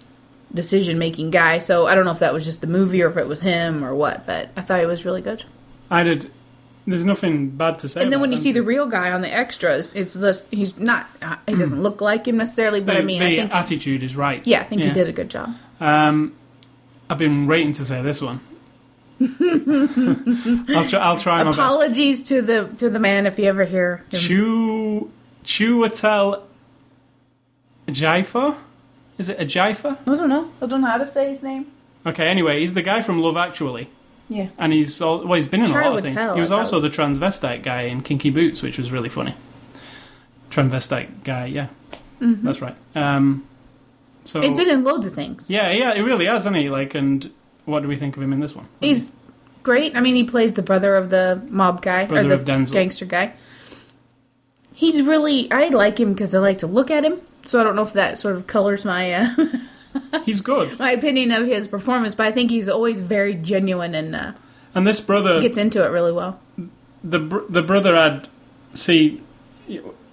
[SPEAKER 2] decision making guy. So I don't know if that was just the movie or if it was him or what, but I thought he was really good.
[SPEAKER 1] I did. There's nothing bad to say.
[SPEAKER 2] And then
[SPEAKER 1] about
[SPEAKER 2] when you
[SPEAKER 1] them.
[SPEAKER 2] see the real guy on the extras, it's just he's not uh, he doesn't look like him necessarily, but
[SPEAKER 1] the,
[SPEAKER 2] I mean,
[SPEAKER 1] the
[SPEAKER 2] I think
[SPEAKER 1] attitude is right.
[SPEAKER 2] uh, yeah, I think he did a good job.
[SPEAKER 1] Um, I've been waiting to say this one. I'll try. I'll try my best.
[SPEAKER 2] Apologies to the to the man if you ever hear him.
[SPEAKER 1] Chu Chuatel Jaifa. Is it a Jaifa?
[SPEAKER 2] I don't know. I don't know how to say his name.
[SPEAKER 1] Okay. Anyway, he's the guy from Love Actually,
[SPEAKER 2] Yeah.
[SPEAKER 1] and he's all, well. He's been in a
[SPEAKER 2] Troy
[SPEAKER 1] lot of
[SPEAKER 2] would
[SPEAKER 1] things.
[SPEAKER 2] tell,
[SPEAKER 1] he was
[SPEAKER 2] I thought
[SPEAKER 1] also
[SPEAKER 2] was-
[SPEAKER 1] the transvestite guy in Kinky Boots, which was really funny. Transvestite guy, yeah, that's right. Um, so
[SPEAKER 2] Mm-hmm. He's been in loads of things.
[SPEAKER 1] Yeah, yeah, it really has, hasn't he? Like, and what do we think of him in this one?
[SPEAKER 2] He's great. I mean, he plays the brother of the mob guy
[SPEAKER 1] Brother
[SPEAKER 2] or the
[SPEAKER 1] of Denzel.
[SPEAKER 2] gangster guy. He's really I like him because I like to look at him. So I don't know if that sort of colors my uh,
[SPEAKER 1] He's good.
[SPEAKER 2] my opinion of his performance, but I think he's always very genuine and uh,
[SPEAKER 1] And this brother,
[SPEAKER 2] gets into it really well.
[SPEAKER 1] the br- the brother I'd see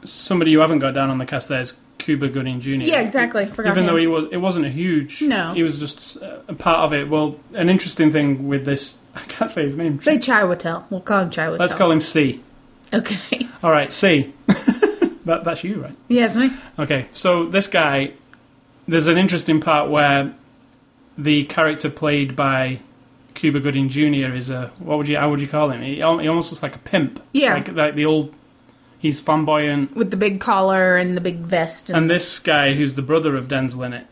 [SPEAKER 1] somebody you haven't got down on the cast there is Cuba Gooding Jr.
[SPEAKER 2] Yeah, exactly. Forgot
[SPEAKER 1] Even
[SPEAKER 2] him.
[SPEAKER 1] though he was, it wasn't a huge.
[SPEAKER 2] No.
[SPEAKER 1] he was just uh, a part of it. Well, an interesting thing with this, I can't say his name.
[SPEAKER 2] say Chiwetel, we'll call him Chiwetel.
[SPEAKER 1] Let's call him C.
[SPEAKER 2] Okay,
[SPEAKER 1] All right, C. that, that's you, right?
[SPEAKER 2] yeah, it's me.
[SPEAKER 1] Okay, so this guy, there's an interesting part where the character played by Cuba Gooding Jr. is a what would you how would you call him? He, al- he almost looks like a pimp.
[SPEAKER 2] Yeah.
[SPEAKER 1] like, like the old. He's flamboyant,
[SPEAKER 2] With the big collar and the big vest and,
[SPEAKER 1] and this guy who's the brother of Denzel in it,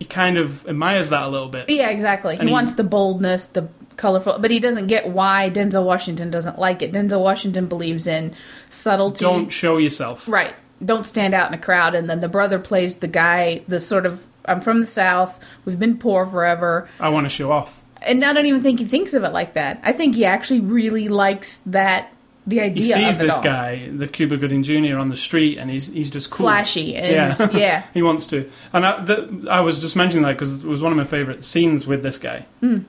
[SPEAKER 1] he kind of admires that a little bit.
[SPEAKER 2] yeah, exactly. He,
[SPEAKER 1] and he-
[SPEAKER 2] wants the boldness, the colorful, but he doesn't get why Denzel Washington doesn't like it. Denzel Washington believes in subtlety.
[SPEAKER 1] Don't show yourself.
[SPEAKER 2] Right. Don't stand out in a crowd. And then the brother plays the guy, the sort of, I'm from the South. We've been poor forever.
[SPEAKER 1] I want to show off.
[SPEAKER 2] And I don't even think he thinks of it like that. I think he actually really likes that, the
[SPEAKER 1] He
[SPEAKER 2] idea
[SPEAKER 1] sees
[SPEAKER 2] of it
[SPEAKER 1] this
[SPEAKER 2] all.
[SPEAKER 1] guy, the Cuba Gooding Jr., on the street, and he's he's just cool.
[SPEAKER 2] Flashy. And yeah.
[SPEAKER 1] He wants to. And I, the, I was just mentioning that because it was one of my favourite scenes with this guy,
[SPEAKER 2] Hmm.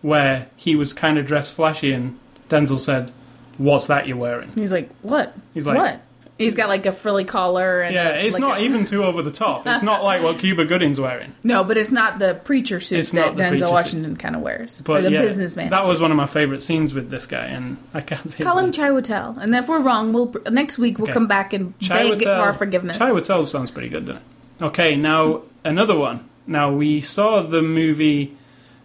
[SPEAKER 1] where he was kind of dressed flashy, and Denzel said, "What's that you're wearing?"
[SPEAKER 2] He's like, what?
[SPEAKER 1] He's like-
[SPEAKER 2] what? He's got like a frilly collar. and
[SPEAKER 1] Yeah,
[SPEAKER 2] a-
[SPEAKER 1] it's
[SPEAKER 2] like
[SPEAKER 1] not
[SPEAKER 2] a-
[SPEAKER 1] even too over the top. It's not like what Cuba Gooding's wearing.
[SPEAKER 2] No, but it's not the preacher suit
[SPEAKER 1] It's not
[SPEAKER 2] that
[SPEAKER 1] the preacher
[SPEAKER 2] Denzel
[SPEAKER 1] suit.
[SPEAKER 2] Washington kind of wears. or
[SPEAKER 1] But
[SPEAKER 2] the
[SPEAKER 1] yeah,
[SPEAKER 2] businessman.
[SPEAKER 1] That
[SPEAKER 2] suit.
[SPEAKER 1] was one of my favourite scenes with this guy, and I can't see.
[SPEAKER 2] Call him Chiwetel. And if we're wrong, we'll next week we'll
[SPEAKER 1] Okay.
[SPEAKER 2] come back and beg our forgiveness.
[SPEAKER 1] Chai Watel sounds pretty good, doesn't it? Okay, now another one. Now we saw the movie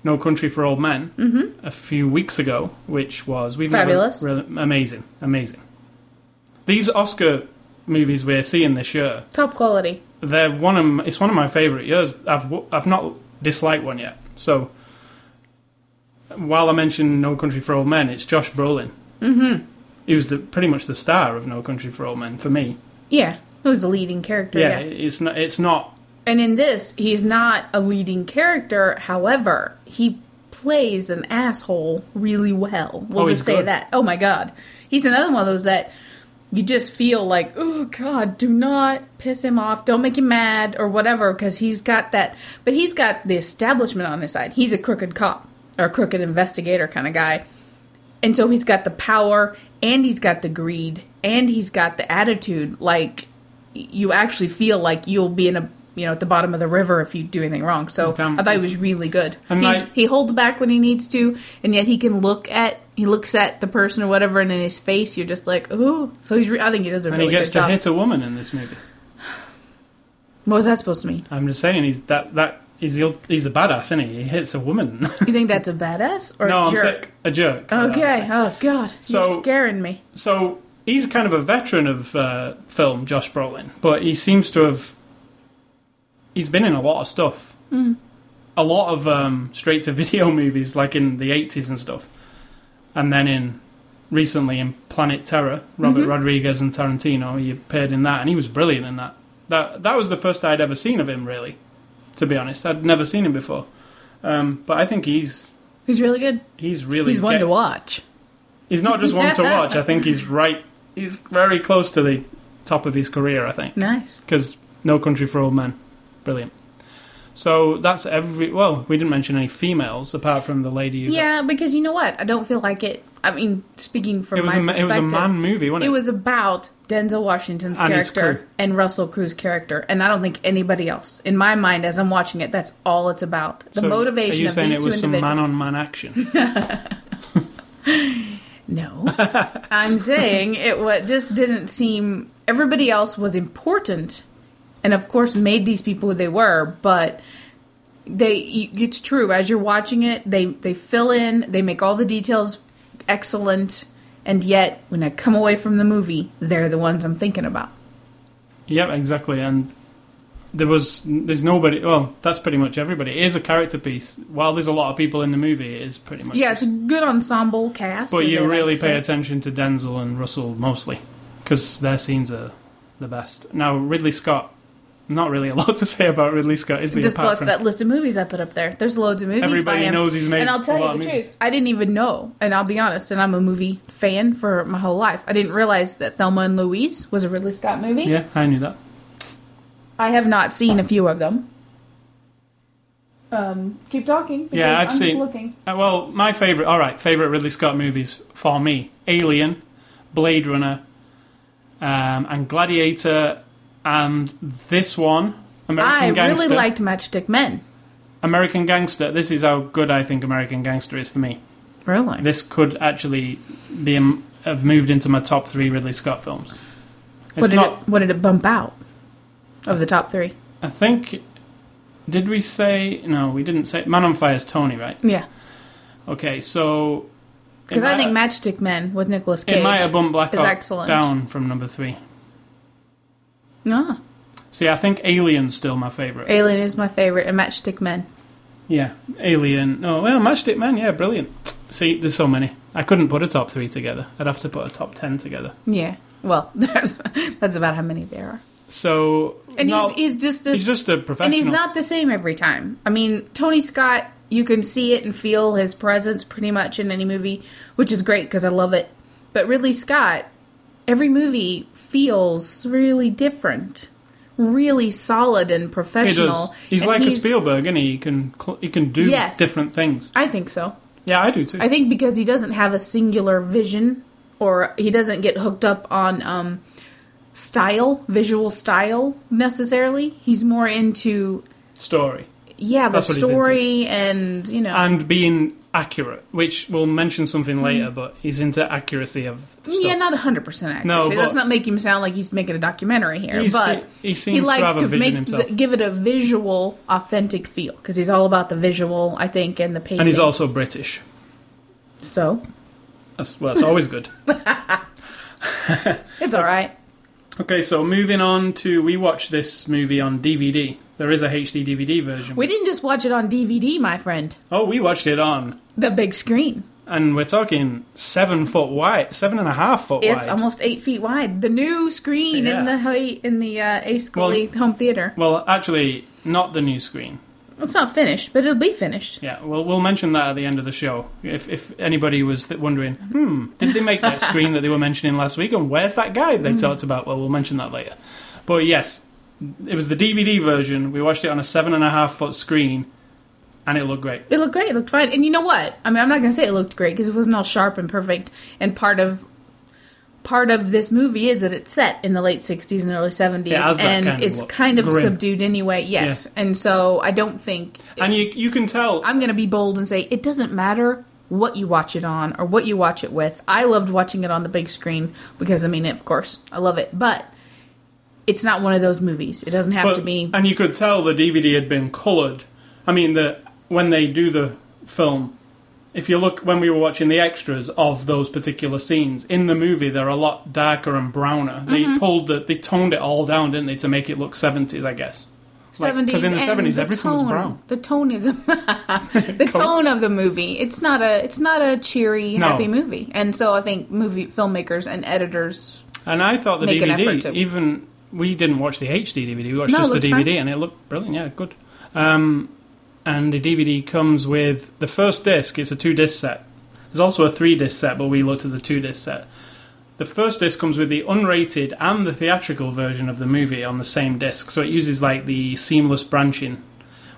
[SPEAKER 1] No Country for Old Men a few weeks ago, which was we've never
[SPEAKER 2] Mm-hmm. Fabulous.
[SPEAKER 1] really- amazing, amazing. These Oscar movies we're seeing this year,
[SPEAKER 2] Top quality.
[SPEAKER 1] they're one of m- it's one of my favorite years. I've w- I've not disliked one yet. So while I mentioned No Country for Old Men, it's Josh Brolin. Mm-hmm. He was the, pretty much the star of No Country for Old Men for me.
[SPEAKER 2] Yeah, it was a leading character.
[SPEAKER 1] Yeah,
[SPEAKER 2] Yeah.
[SPEAKER 1] it's not it's not
[SPEAKER 2] And in this, he's not a leading character. However, he plays an asshole really well. We'll
[SPEAKER 1] Oh, he's
[SPEAKER 2] just say
[SPEAKER 1] good.
[SPEAKER 2] that. Oh my god, he's another one of those that you just feel like, oh god, do not piss him off. Don't make him mad or whatever, because he's got that. But he's got the establishment on his side. He's a crooked cop or a crooked investigator kind of guy. And so he's got the power and he's got the greed and he's got the attitude like y- you actually feel like you'll be in a you know at the bottom of the river if you do anything wrong. So
[SPEAKER 1] He's dumb.
[SPEAKER 2] I thought he
[SPEAKER 1] He's-
[SPEAKER 2] was really good.
[SPEAKER 1] I'm
[SPEAKER 2] He's,
[SPEAKER 1] not-
[SPEAKER 2] he holds back when he needs to and yet he can look at he looks at the person or whatever and in his face you're just like, "Ooh." So he's re- I think he does a
[SPEAKER 1] and
[SPEAKER 2] really
[SPEAKER 1] he gets
[SPEAKER 2] good
[SPEAKER 1] to
[SPEAKER 2] job.
[SPEAKER 1] hit a woman in this movie.
[SPEAKER 2] What was that supposed to mean?
[SPEAKER 1] I'm just saying he's that that he's the, he's a badass, isn't he? He hits a woman.
[SPEAKER 2] You think that's a badass or
[SPEAKER 1] no,
[SPEAKER 2] a
[SPEAKER 1] I'm
[SPEAKER 2] jerk?
[SPEAKER 1] sick. A jerk.
[SPEAKER 2] okay. Oh god.
[SPEAKER 1] So-
[SPEAKER 2] you're scaring me.
[SPEAKER 1] So he's kind of a veteran of uh, film, Josh Brolin, but he seems to have he's been in a lot of stuff, mm. a lot of um, straight to video movies, like in the eighties and stuff, and then in recently in Planet Terror, Robert Rodriguez and Tarantino, he appeared in that, and he was brilliant in that. That that was the first I'd ever seen of him, really. To be honest, I'd never seen him before, um, but I think he's
[SPEAKER 2] He's really good.
[SPEAKER 1] he's really
[SPEAKER 2] He's one
[SPEAKER 1] get-
[SPEAKER 2] to watch.
[SPEAKER 1] He's not just one to watch. I think he's right. He's very close to the top of his career. I think
[SPEAKER 2] Nice.
[SPEAKER 1] because No Country for Old Men, brilliant. So that's every. Well, we didn't mention any females apart from the lady. Who
[SPEAKER 2] Yeah, because you know what? I don't feel like it. I mean, speaking
[SPEAKER 1] got,
[SPEAKER 2] from
[SPEAKER 1] it was
[SPEAKER 2] my
[SPEAKER 1] a ma- it
[SPEAKER 2] perspective,
[SPEAKER 1] was a man movie, wasn't it?
[SPEAKER 2] it was about Denzel Washington's
[SPEAKER 1] And his crew.
[SPEAKER 2] character and Russell Crowe's character, and I don't think anybody else. In my mind, as I'm watching it, that's all it's about. The
[SPEAKER 1] So Are
[SPEAKER 2] motivation
[SPEAKER 1] you
[SPEAKER 2] of
[SPEAKER 1] saying
[SPEAKER 2] these
[SPEAKER 1] it
[SPEAKER 2] two
[SPEAKER 1] was some
[SPEAKER 2] individuals.
[SPEAKER 1] man on man action?
[SPEAKER 2] No. I'm saying it wa just didn't seem everybody else was important and of course made these people who they were, but they y- it's true as you're watching it, they they fill in, they make all the details excellent and yet when I come away from the movie, they're the ones I'm thinking about.
[SPEAKER 1] yep, exactly. And there was there's nobody. Well, that's pretty much everybody. It is a character piece. While there's a lot of people in the movie, it is pretty much
[SPEAKER 2] Yeah,
[SPEAKER 1] just-
[SPEAKER 2] it's a good ensemble cast.
[SPEAKER 1] But
[SPEAKER 2] as they
[SPEAKER 1] you
[SPEAKER 2] like
[SPEAKER 1] really
[SPEAKER 2] to
[SPEAKER 1] pay
[SPEAKER 2] say.
[SPEAKER 1] attention to Denzel and Russell mostly, because their scenes are the best. Now Ridley Scott, not really a lot to say about Ridley Scott, is there?
[SPEAKER 2] just
[SPEAKER 1] apart
[SPEAKER 2] look
[SPEAKER 1] from
[SPEAKER 2] that list of movies I put up there. There's loads of movies.
[SPEAKER 1] Everybody
[SPEAKER 2] by him.
[SPEAKER 1] knows he's made
[SPEAKER 2] And I'll tell
[SPEAKER 1] a lot
[SPEAKER 2] you the
[SPEAKER 1] of
[SPEAKER 2] truth,
[SPEAKER 1] movies.
[SPEAKER 2] I didn't even know. And I'll be honest, and I'm a movie fan for my whole life. I didn't realize that Thelma and Louise was a Ridley Scott movie.
[SPEAKER 1] yeah, I knew that.
[SPEAKER 2] I have not seen a few of them. Um, keep talking. Because
[SPEAKER 1] Yeah, I've
[SPEAKER 2] I'm
[SPEAKER 1] seen-
[SPEAKER 2] Just looking.
[SPEAKER 1] Uh, well, my favorite, all right, favorite Ridley Scott movies for me: Alien, Blade Runner, um, and Gladiator, and this one, American
[SPEAKER 2] I
[SPEAKER 1] Gangster.
[SPEAKER 2] really liked Matchstick Men.
[SPEAKER 1] American Gangster. This is how good I think American Gangster is for me.
[SPEAKER 2] Really?
[SPEAKER 1] this could actually be um, have moved into my top three Ridley Scott films.
[SPEAKER 2] what
[SPEAKER 1] It's
[SPEAKER 2] did
[SPEAKER 1] not.
[SPEAKER 2] it, what did it bump out of the top three?
[SPEAKER 1] I think. Did we say no? We didn't say Man on Fire's Tony, right?
[SPEAKER 2] Yeah,
[SPEAKER 1] Okay, so it
[SPEAKER 2] because I
[SPEAKER 1] might-
[SPEAKER 2] think Matchstick Men with Nicolas Cage.
[SPEAKER 1] it might have bumped Black
[SPEAKER 2] is
[SPEAKER 1] Hawk
[SPEAKER 2] excellent.
[SPEAKER 1] down from number three.
[SPEAKER 2] Ah,
[SPEAKER 1] See, I think Alien's still my favorite.
[SPEAKER 2] Alien is my favorite, and Matchstick Men.
[SPEAKER 1] yeah, Alien. Oh well, Matchstick Man. Yeah, brilliant. See, there's so many. I couldn't put a top three together. I'd have to put a top ten together.
[SPEAKER 2] Yeah. Well, there's, that's about how many there are.
[SPEAKER 1] So
[SPEAKER 2] And
[SPEAKER 1] no,
[SPEAKER 2] he's, he's just this,
[SPEAKER 1] he's just a professional.
[SPEAKER 2] and he's not the same every time. I mean, Tony Scott, you can see it and feel his presence pretty much in any movie, which is great because I love it. But Ridley Scott, every movie feels really different, really solid and
[SPEAKER 1] He
[SPEAKER 2] professional.
[SPEAKER 1] does. He's
[SPEAKER 2] And
[SPEAKER 1] like a Spielberg, and he He can cl- he can do
[SPEAKER 2] Yes.
[SPEAKER 1] different things.
[SPEAKER 2] I think so.
[SPEAKER 1] Yeah, I do too.
[SPEAKER 2] I think because he doesn't have a singular vision, or he doesn't get hooked up on um, style, visual style necessarily. He's more into
[SPEAKER 1] Story
[SPEAKER 2] yeah, the
[SPEAKER 1] That's what he's into.
[SPEAKER 2] story and you know
[SPEAKER 1] and being accurate, which we'll mention something later, but he's into accuracy of the stuff.
[SPEAKER 2] Mm. Yeah, not 100% accuracy.
[SPEAKER 1] No,
[SPEAKER 2] Let's
[SPEAKER 1] but-
[SPEAKER 2] not make him sound like he's making a documentary here,
[SPEAKER 1] He se-
[SPEAKER 2] but
[SPEAKER 1] he seems to
[SPEAKER 2] likes
[SPEAKER 1] have a
[SPEAKER 2] to,
[SPEAKER 1] vision
[SPEAKER 2] make
[SPEAKER 1] himself.
[SPEAKER 2] the- give it a visual, authentic feel because he's all about the visual, I think, and the pacing.
[SPEAKER 1] and he's also British.
[SPEAKER 2] so
[SPEAKER 1] That's, well, that's always good.
[SPEAKER 2] it's all right.
[SPEAKER 1] Okay, so moving on to we watched this movie on DVD. There is a HD DVD version.
[SPEAKER 2] We didn't just watch it on DVD, my friend.
[SPEAKER 1] oh, we watched it on,
[SPEAKER 2] The big screen.
[SPEAKER 1] and we're talking seven foot wide, seven and a half foot
[SPEAKER 2] It's
[SPEAKER 1] wide.
[SPEAKER 2] almost eight feet wide. The new screen
[SPEAKER 1] Yeah.
[SPEAKER 2] in the hei- in the uh, A Schoolie home theater.
[SPEAKER 1] well, actually, not the new screen.
[SPEAKER 2] It's not finished, but it'll be finished.
[SPEAKER 1] Yeah, well, we'll mention that at the end of the show. If if anybody was th- wondering, hmm, did they make that screen that they were mentioning last week, and where's that guy they talked about? Well, we'll mention that later. But yes, it was the DVD version. We watched it on a seven and a half foot screen, and it looked great.
[SPEAKER 2] It looked great. It looked fine. And you know what? I mean, I'm not gonna say it looked great because it wasn't all sharp and perfect. And part of part of this movie is that it's set in the late 60s and early 70s,
[SPEAKER 1] Yeah, it has that
[SPEAKER 2] and
[SPEAKER 1] kind of
[SPEAKER 2] it's
[SPEAKER 1] look.
[SPEAKER 2] kind of
[SPEAKER 1] Grim.
[SPEAKER 2] subdued anyway. Yes, and so I don't think
[SPEAKER 1] And you you can tell
[SPEAKER 2] I'm gonna be bold and say it doesn't matter what you watch it on or what you watch it with. I loved watching it on the big screen because I mean, of course, I love it, but. It's not one of those movies. It doesn't have
[SPEAKER 1] But-
[SPEAKER 2] to be.
[SPEAKER 1] And you could tell the DVD had been coloured. I mean, the when they do the film, if you look when we were watching the extras of those particular scenes in the movie, they're a lot darker and browner. They
[SPEAKER 2] Mm-hmm.
[SPEAKER 1] pulled the, they toned it all down, didn't they, to make it look seventies? I guess. like, 'cause in the 70s,
[SPEAKER 2] and
[SPEAKER 1] everything was
[SPEAKER 2] tone,
[SPEAKER 1] brown.
[SPEAKER 2] The tone of the the tone of the movie. It's not a it's not a cheery,
[SPEAKER 1] No.
[SPEAKER 2] happy movie. And so I think movie filmmakers and editors.
[SPEAKER 1] And I thought the
[SPEAKER 2] Make an effort
[SPEAKER 1] DVD,
[SPEAKER 2] to-
[SPEAKER 1] even we didn't watch the HD DVD, we watched
[SPEAKER 2] No,
[SPEAKER 1] just the
[SPEAKER 2] it looked
[SPEAKER 1] DVD,
[SPEAKER 2] fine.
[SPEAKER 1] and it looked brilliant. Yeah, good. Um, and the DVD comes with the first disc. It's a two disc set. There's also a three disc set, but we looked at the two disc set. The first disc comes with the unrated and the theatrical version of the movie on the same disc, so it uses like the seamless branching,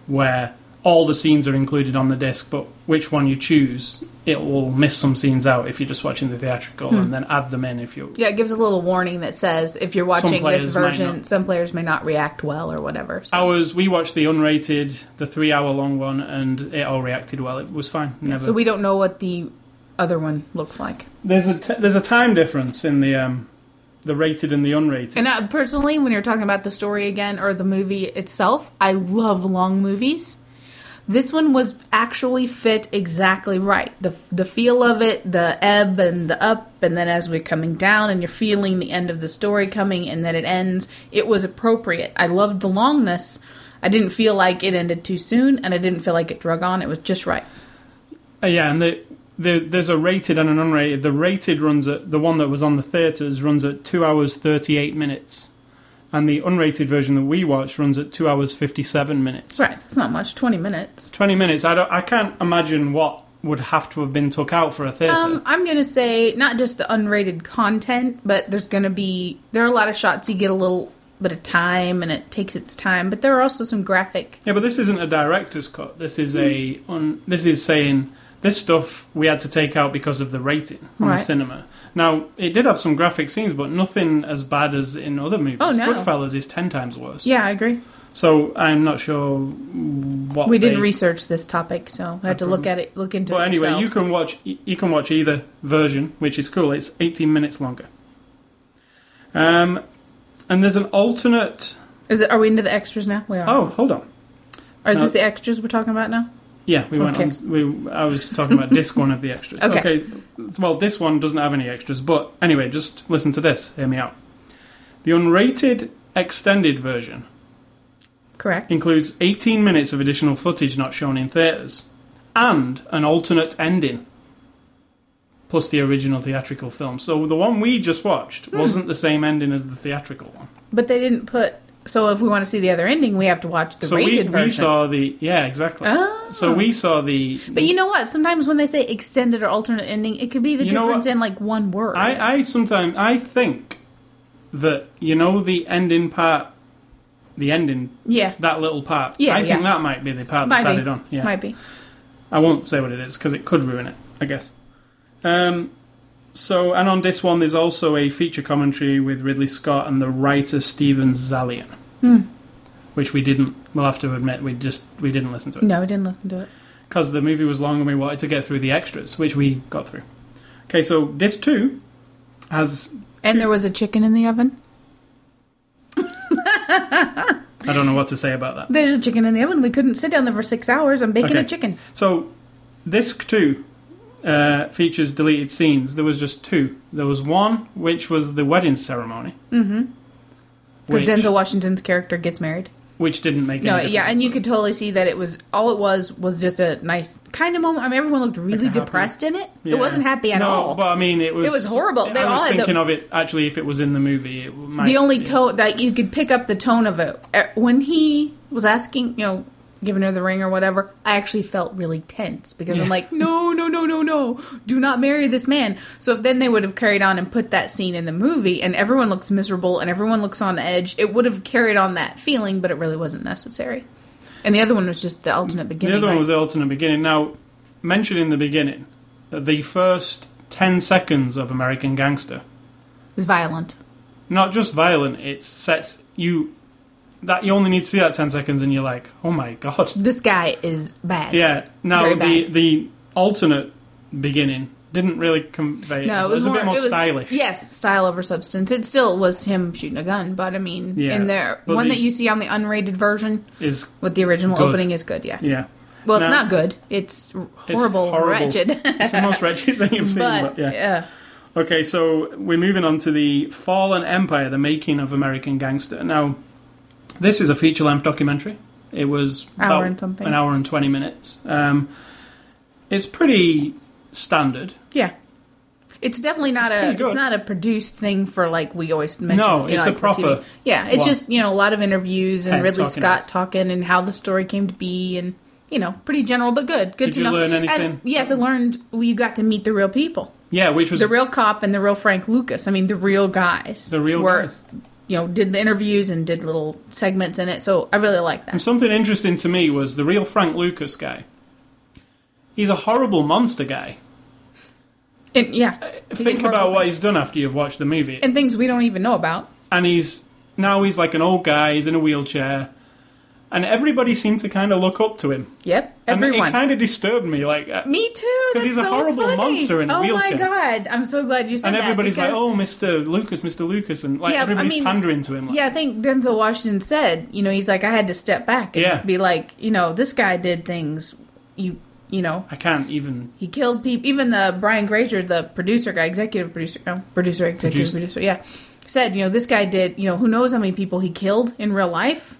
[SPEAKER 1] where all the scenes are included on the disc, but which one you choose, it will miss some scenes out if you're just watching the
[SPEAKER 2] Hmm.
[SPEAKER 1] theatrical, and then add them in if you
[SPEAKER 2] Yeah, it gives a little warning that says if you're watching this
[SPEAKER 1] players might
[SPEAKER 2] version,
[SPEAKER 1] not.
[SPEAKER 2] some players may not react well or whatever. So,
[SPEAKER 1] Ours, we watched the unrated, the three hour long one, and it all reacted well. It was fine. Never.
[SPEAKER 2] so we don't know what the other one looks like.
[SPEAKER 1] there's a t- there's a time difference in the um, the rated and the unrated.
[SPEAKER 2] And I, personally, when you're talking about the story again or the movie itself, I love long movies. This one was actually fit exactly right. The the feel of it, the ebb and the up, and then as we're coming down, and you're feeling the end of the story coming, and then it ends. It was appropriate. I loved the longness. I didn't feel like it ended too soon, and I didn't feel like it drug on. It was just right.
[SPEAKER 1] Uh, yeah, and the, the there's a rated and an unrated. The rated runs at the one that was on the theaters runs at two hours thirty eight minutes, and the unrated version that we watched runs at two hours fifty seven minutes.
[SPEAKER 2] Right. It's not much. Twenty minutes.
[SPEAKER 1] Twenty minutes. I don't. I can't imagine what would have to have been took out for a theater.
[SPEAKER 2] Um, I'm gonna say not just the unrated content, but there's gonna be there are a lot of shots you get a little bit of time and it takes its time, but there are also some graphic.
[SPEAKER 1] Yeah, but this isn't a director's cut. This is a on. This is saying this stuff we had to take out because of the rating on
[SPEAKER 2] Right.
[SPEAKER 1] the cinema. Now it did have some graphic scenes, but nothing as bad as in other movies.
[SPEAKER 2] Oh, no.
[SPEAKER 1] Goodfellas is ten times worse.
[SPEAKER 2] Yeah, I agree.
[SPEAKER 1] So I'm not sure what
[SPEAKER 2] We
[SPEAKER 1] Oh,
[SPEAKER 2] didn't
[SPEAKER 1] they-
[SPEAKER 2] research this topic, so I had to look at it, look into
[SPEAKER 1] But
[SPEAKER 2] it.
[SPEAKER 1] anyway, you
[SPEAKER 2] ourselves.
[SPEAKER 1] can watch you can watch either version, which is cool. It's 18 minutes longer. Um, and there's an alternate.
[SPEAKER 2] Is it? Are we into the extras now? We are.
[SPEAKER 1] Oh, hold on.
[SPEAKER 2] or is
[SPEAKER 1] no.
[SPEAKER 2] this the extras we're talking about now?
[SPEAKER 1] Yeah, we went
[SPEAKER 2] Okay.
[SPEAKER 1] on. We, I was talking about disc one of the extras.
[SPEAKER 2] Okay.
[SPEAKER 1] Well, this one doesn't have any extras, but anyway, just listen to this. Hear me out. The unrated extended version
[SPEAKER 2] Correct.
[SPEAKER 1] includes 18 minutes of additional footage not shown in theaters and an alternate ending, plus the original theatrical film. So the one we just watched
[SPEAKER 2] Hmm.
[SPEAKER 1] wasn't the same ending as the theatrical one.
[SPEAKER 2] But they didn't put. So if we want to see the other ending, we have to watch the
[SPEAKER 1] so we,
[SPEAKER 2] rated version.
[SPEAKER 1] we saw the yeah exactly.
[SPEAKER 2] Oh.
[SPEAKER 1] So we saw the
[SPEAKER 2] but you know what? Sometimes when they say extended or alternate ending, it could be the
[SPEAKER 1] You know
[SPEAKER 2] difference
[SPEAKER 1] what?
[SPEAKER 2] in like one word.
[SPEAKER 1] I, I sometimes I think that you know the ending part, the ending
[SPEAKER 2] yeah,
[SPEAKER 1] that little part.
[SPEAKER 2] Yeah,
[SPEAKER 1] I think
[SPEAKER 2] yeah.
[SPEAKER 1] that might be the part
[SPEAKER 2] might
[SPEAKER 1] that's
[SPEAKER 2] be.
[SPEAKER 1] added on. Yeah,
[SPEAKER 2] Might be.
[SPEAKER 1] I won't say what it is because it could ruin it. I guess. Um, so and on this one, there's also a feature commentary with Ridley Scott and the writer Steven Zalian,
[SPEAKER 2] Hmm.
[SPEAKER 1] which we didn't. We'll have to admit we just we didn't listen to it.
[SPEAKER 2] No, I didn't listen to it.
[SPEAKER 1] because the movie was long and we wanted to get through the extras, which we got through. Okay, so disc two has
[SPEAKER 2] And there was a chicken in the oven.
[SPEAKER 1] I don't know what to say about that.
[SPEAKER 2] There's a chicken in the oven. We couldn't sit down there for six hours. I'm baking
[SPEAKER 1] Okay.
[SPEAKER 2] a chicken.
[SPEAKER 1] So, disc two uh, features deleted scenes. There was just two. There was one which was the wedding ceremony. Mm-hmm.
[SPEAKER 2] Because
[SPEAKER 1] Which,
[SPEAKER 2] Denzel Washington's character gets married.
[SPEAKER 1] which didn't make
[SPEAKER 2] No,
[SPEAKER 1] any
[SPEAKER 2] yeah,
[SPEAKER 1] difference.
[SPEAKER 2] and you could totally see that it was all it was was just a nice kind of moment. I mean, everyone looked really
[SPEAKER 1] happy-
[SPEAKER 2] depressed in it.
[SPEAKER 1] Yeah.
[SPEAKER 2] It wasn't happy at
[SPEAKER 1] no,
[SPEAKER 2] all.
[SPEAKER 1] But I mean, it was
[SPEAKER 2] It was horrible. They
[SPEAKER 1] I
[SPEAKER 2] all
[SPEAKER 1] was
[SPEAKER 2] had the-
[SPEAKER 1] thinking of it actually. If it was in the movie, it might
[SPEAKER 2] the only
[SPEAKER 1] be.
[SPEAKER 2] tone that you could pick up the tone of it Eh, when he was asking, you know, giving her the ring or whatever. I actually felt really tense because I'm
[SPEAKER 1] Yeah.
[SPEAKER 2] like, no, no, no, no, no, do not marry this man. So if then they would have carried on and put that scene in the movie, and everyone looks miserable and everyone looks on edge, it would have carried on that feeling, but it really wasn't necessary. And the other one was just the alternate beginning.
[SPEAKER 1] The other one
[SPEAKER 2] right?
[SPEAKER 1] was the alternate beginning. Now, mentioned in the beginning that the first ten seconds of American Gangster,
[SPEAKER 2] It was violent.
[SPEAKER 1] not just violent. It sets you that you only need to see that ten seconds, and you're like, oh my god,
[SPEAKER 2] This guy is bad.
[SPEAKER 1] Yeah. Now
[SPEAKER 2] Very
[SPEAKER 1] the
[SPEAKER 2] bad.
[SPEAKER 1] the alternate beginning didn't really convey.
[SPEAKER 2] No, it was,
[SPEAKER 1] a bit more
[SPEAKER 2] it was-
[SPEAKER 1] stylish.
[SPEAKER 2] Yes, style over substance. It still was him shooting a gun, but I mean,
[SPEAKER 1] Yeah,
[SPEAKER 2] in the
[SPEAKER 1] but
[SPEAKER 2] one
[SPEAKER 1] the-
[SPEAKER 2] that you see on the unrated version
[SPEAKER 1] Is
[SPEAKER 2] with the original
[SPEAKER 1] Good.
[SPEAKER 2] opening is good. Yeah.
[SPEAKER 1] yeah.
[SPEAKER 2] Well, it's
[SPEAKER 1] Now-
[SPEAKER 2] not good. It's r-
[SPEAKER 1] It's
[SPEAKER 2] horrible,
[SPEAKER 1] horrible.
[SPEAKER 2] wretched.
[SPEAKER 1] It's the most wretched thing you've seen. But,
[SPEAKER 2] but
[SPEAKER 1] yeah.
[SPEAKER 2] yeah.
[SPEAKER 1] Okay, so we're moving on to the Fallen Empire: The Making of American Gangster. Now, this is a feature-length documentary. It was
[SPEAKER 2] Hour
[SPEAKER 1] about
[SPEAKER 2] and something.
[SPEAKER 1] an hour and twenty minutes. Um, it's pretty standard.
[SPEAKER 2] yeah. It's definitely not
[SPEAKER 1] pretty
[SPEAKER 2] a
[SPEAKER 1] good.
[SPEAKER 2] it's not a produced thing for like we always mention.
[SPEAKER 1] No,
[SPEAKER 2] you
[SPEAKER 1] it's a
[SPEAKER 2] know, like for
[SPEAKER 1] proper
[SPEAKER 2] TV. Yeah, it's
[SPEAKER 1] one.
[SPEAKER 2] just you know a lot of interviews and
[SPEAKER 1] Ted
[SPEAKER 2] Ridley
[SPEAKER 1] talking
[SPEAKER 2] Scott
[SPEAKER 1] about it.
[SPEAKER 2] talking and how the story came to be and you know pretty general but good. Good
[SPEAKER 1] Did
[SPEAKER 2] to
[SPEAKER 1] you
[SPEAKER 2] know.
[SPEAKER 1] learn anything?
[SPEAKER 2] And, yes, I learned you got to meet the real people.
[SPEAKER 1] Yeah, which was
[SPEAKER 2] the real cop and the real Frank Lucas. I mean, the real guys.
[SPEAKER 1] The real
[SPEAKER 2] were,
[SPEAKER 1] guys.
[SPEAKER 2] You know, did the interviews and did little segments in it. So I really like
[SPEAKER 1] And
[SPEAKER 2] that.
[SPEAKER 1] something interesting to me was the real Frank Lucas guy. He's a horrible monster guy.
[SPEAKER 2] And, yeah. He
[SPEAKER 1] Uh, Think
[SPEAKER 2] did horrible
[SPEAKER 1] about what
[SPEAKER 2] things.
[SPEAKER 1] he's done after you've watched the movie.
[SPEAKER 2] and things we don't even know about.
[SPEAKER 1] And he's now he's like an old guy, he's in a wheelchair. And everybody seemed to kind of look up to him.
[SPEAKER 2] Yep.
[SPEAKER 1] And
[SPEAKER 2] Everyone.
[SPEAKER 1] it kind of disturbed me like uh,
[SPEAKER 2] Me too. Because
[SPEAKER 1] he's a horrible monster in a
[SPEAKER 2] oh
[SPEAKER 1] wheelchair.
[SPEAKER 2] my god! I'm so glad you said
[SPEAKER 1] and
[SPEAKER 2] that.
[SPEAKER 1] everybody's like,
[SPEAKER 2] because-
[SPEAKER 1] "Oh, Mr. Lucas, Mr. Lucas." And like
[SPEAKER 2] Yeah, I
[SPEAKER 1] everybody's
[SPEAKER 2] mean-
[SPEAKER 1] pandering to him like,
[SPEAKER 2] Yeah, I think Denzel Washington said, you know, he's like, I had to step back and
[SPEAKER 1] Yeah.
[SPEAKER 2] be like, you know, this guy did things, you, you know,
[SPEAKER 1] "I can't even
[SPEAKER 2] He killed people. Even the Brian Grazer, the producer guy, executive producer, no, producer,
[SPEAKER 1] Producer.
[SPEAKER 2] executive producer. yeah, said, you know, this guy did, you know, who knows how many people he killed in real life?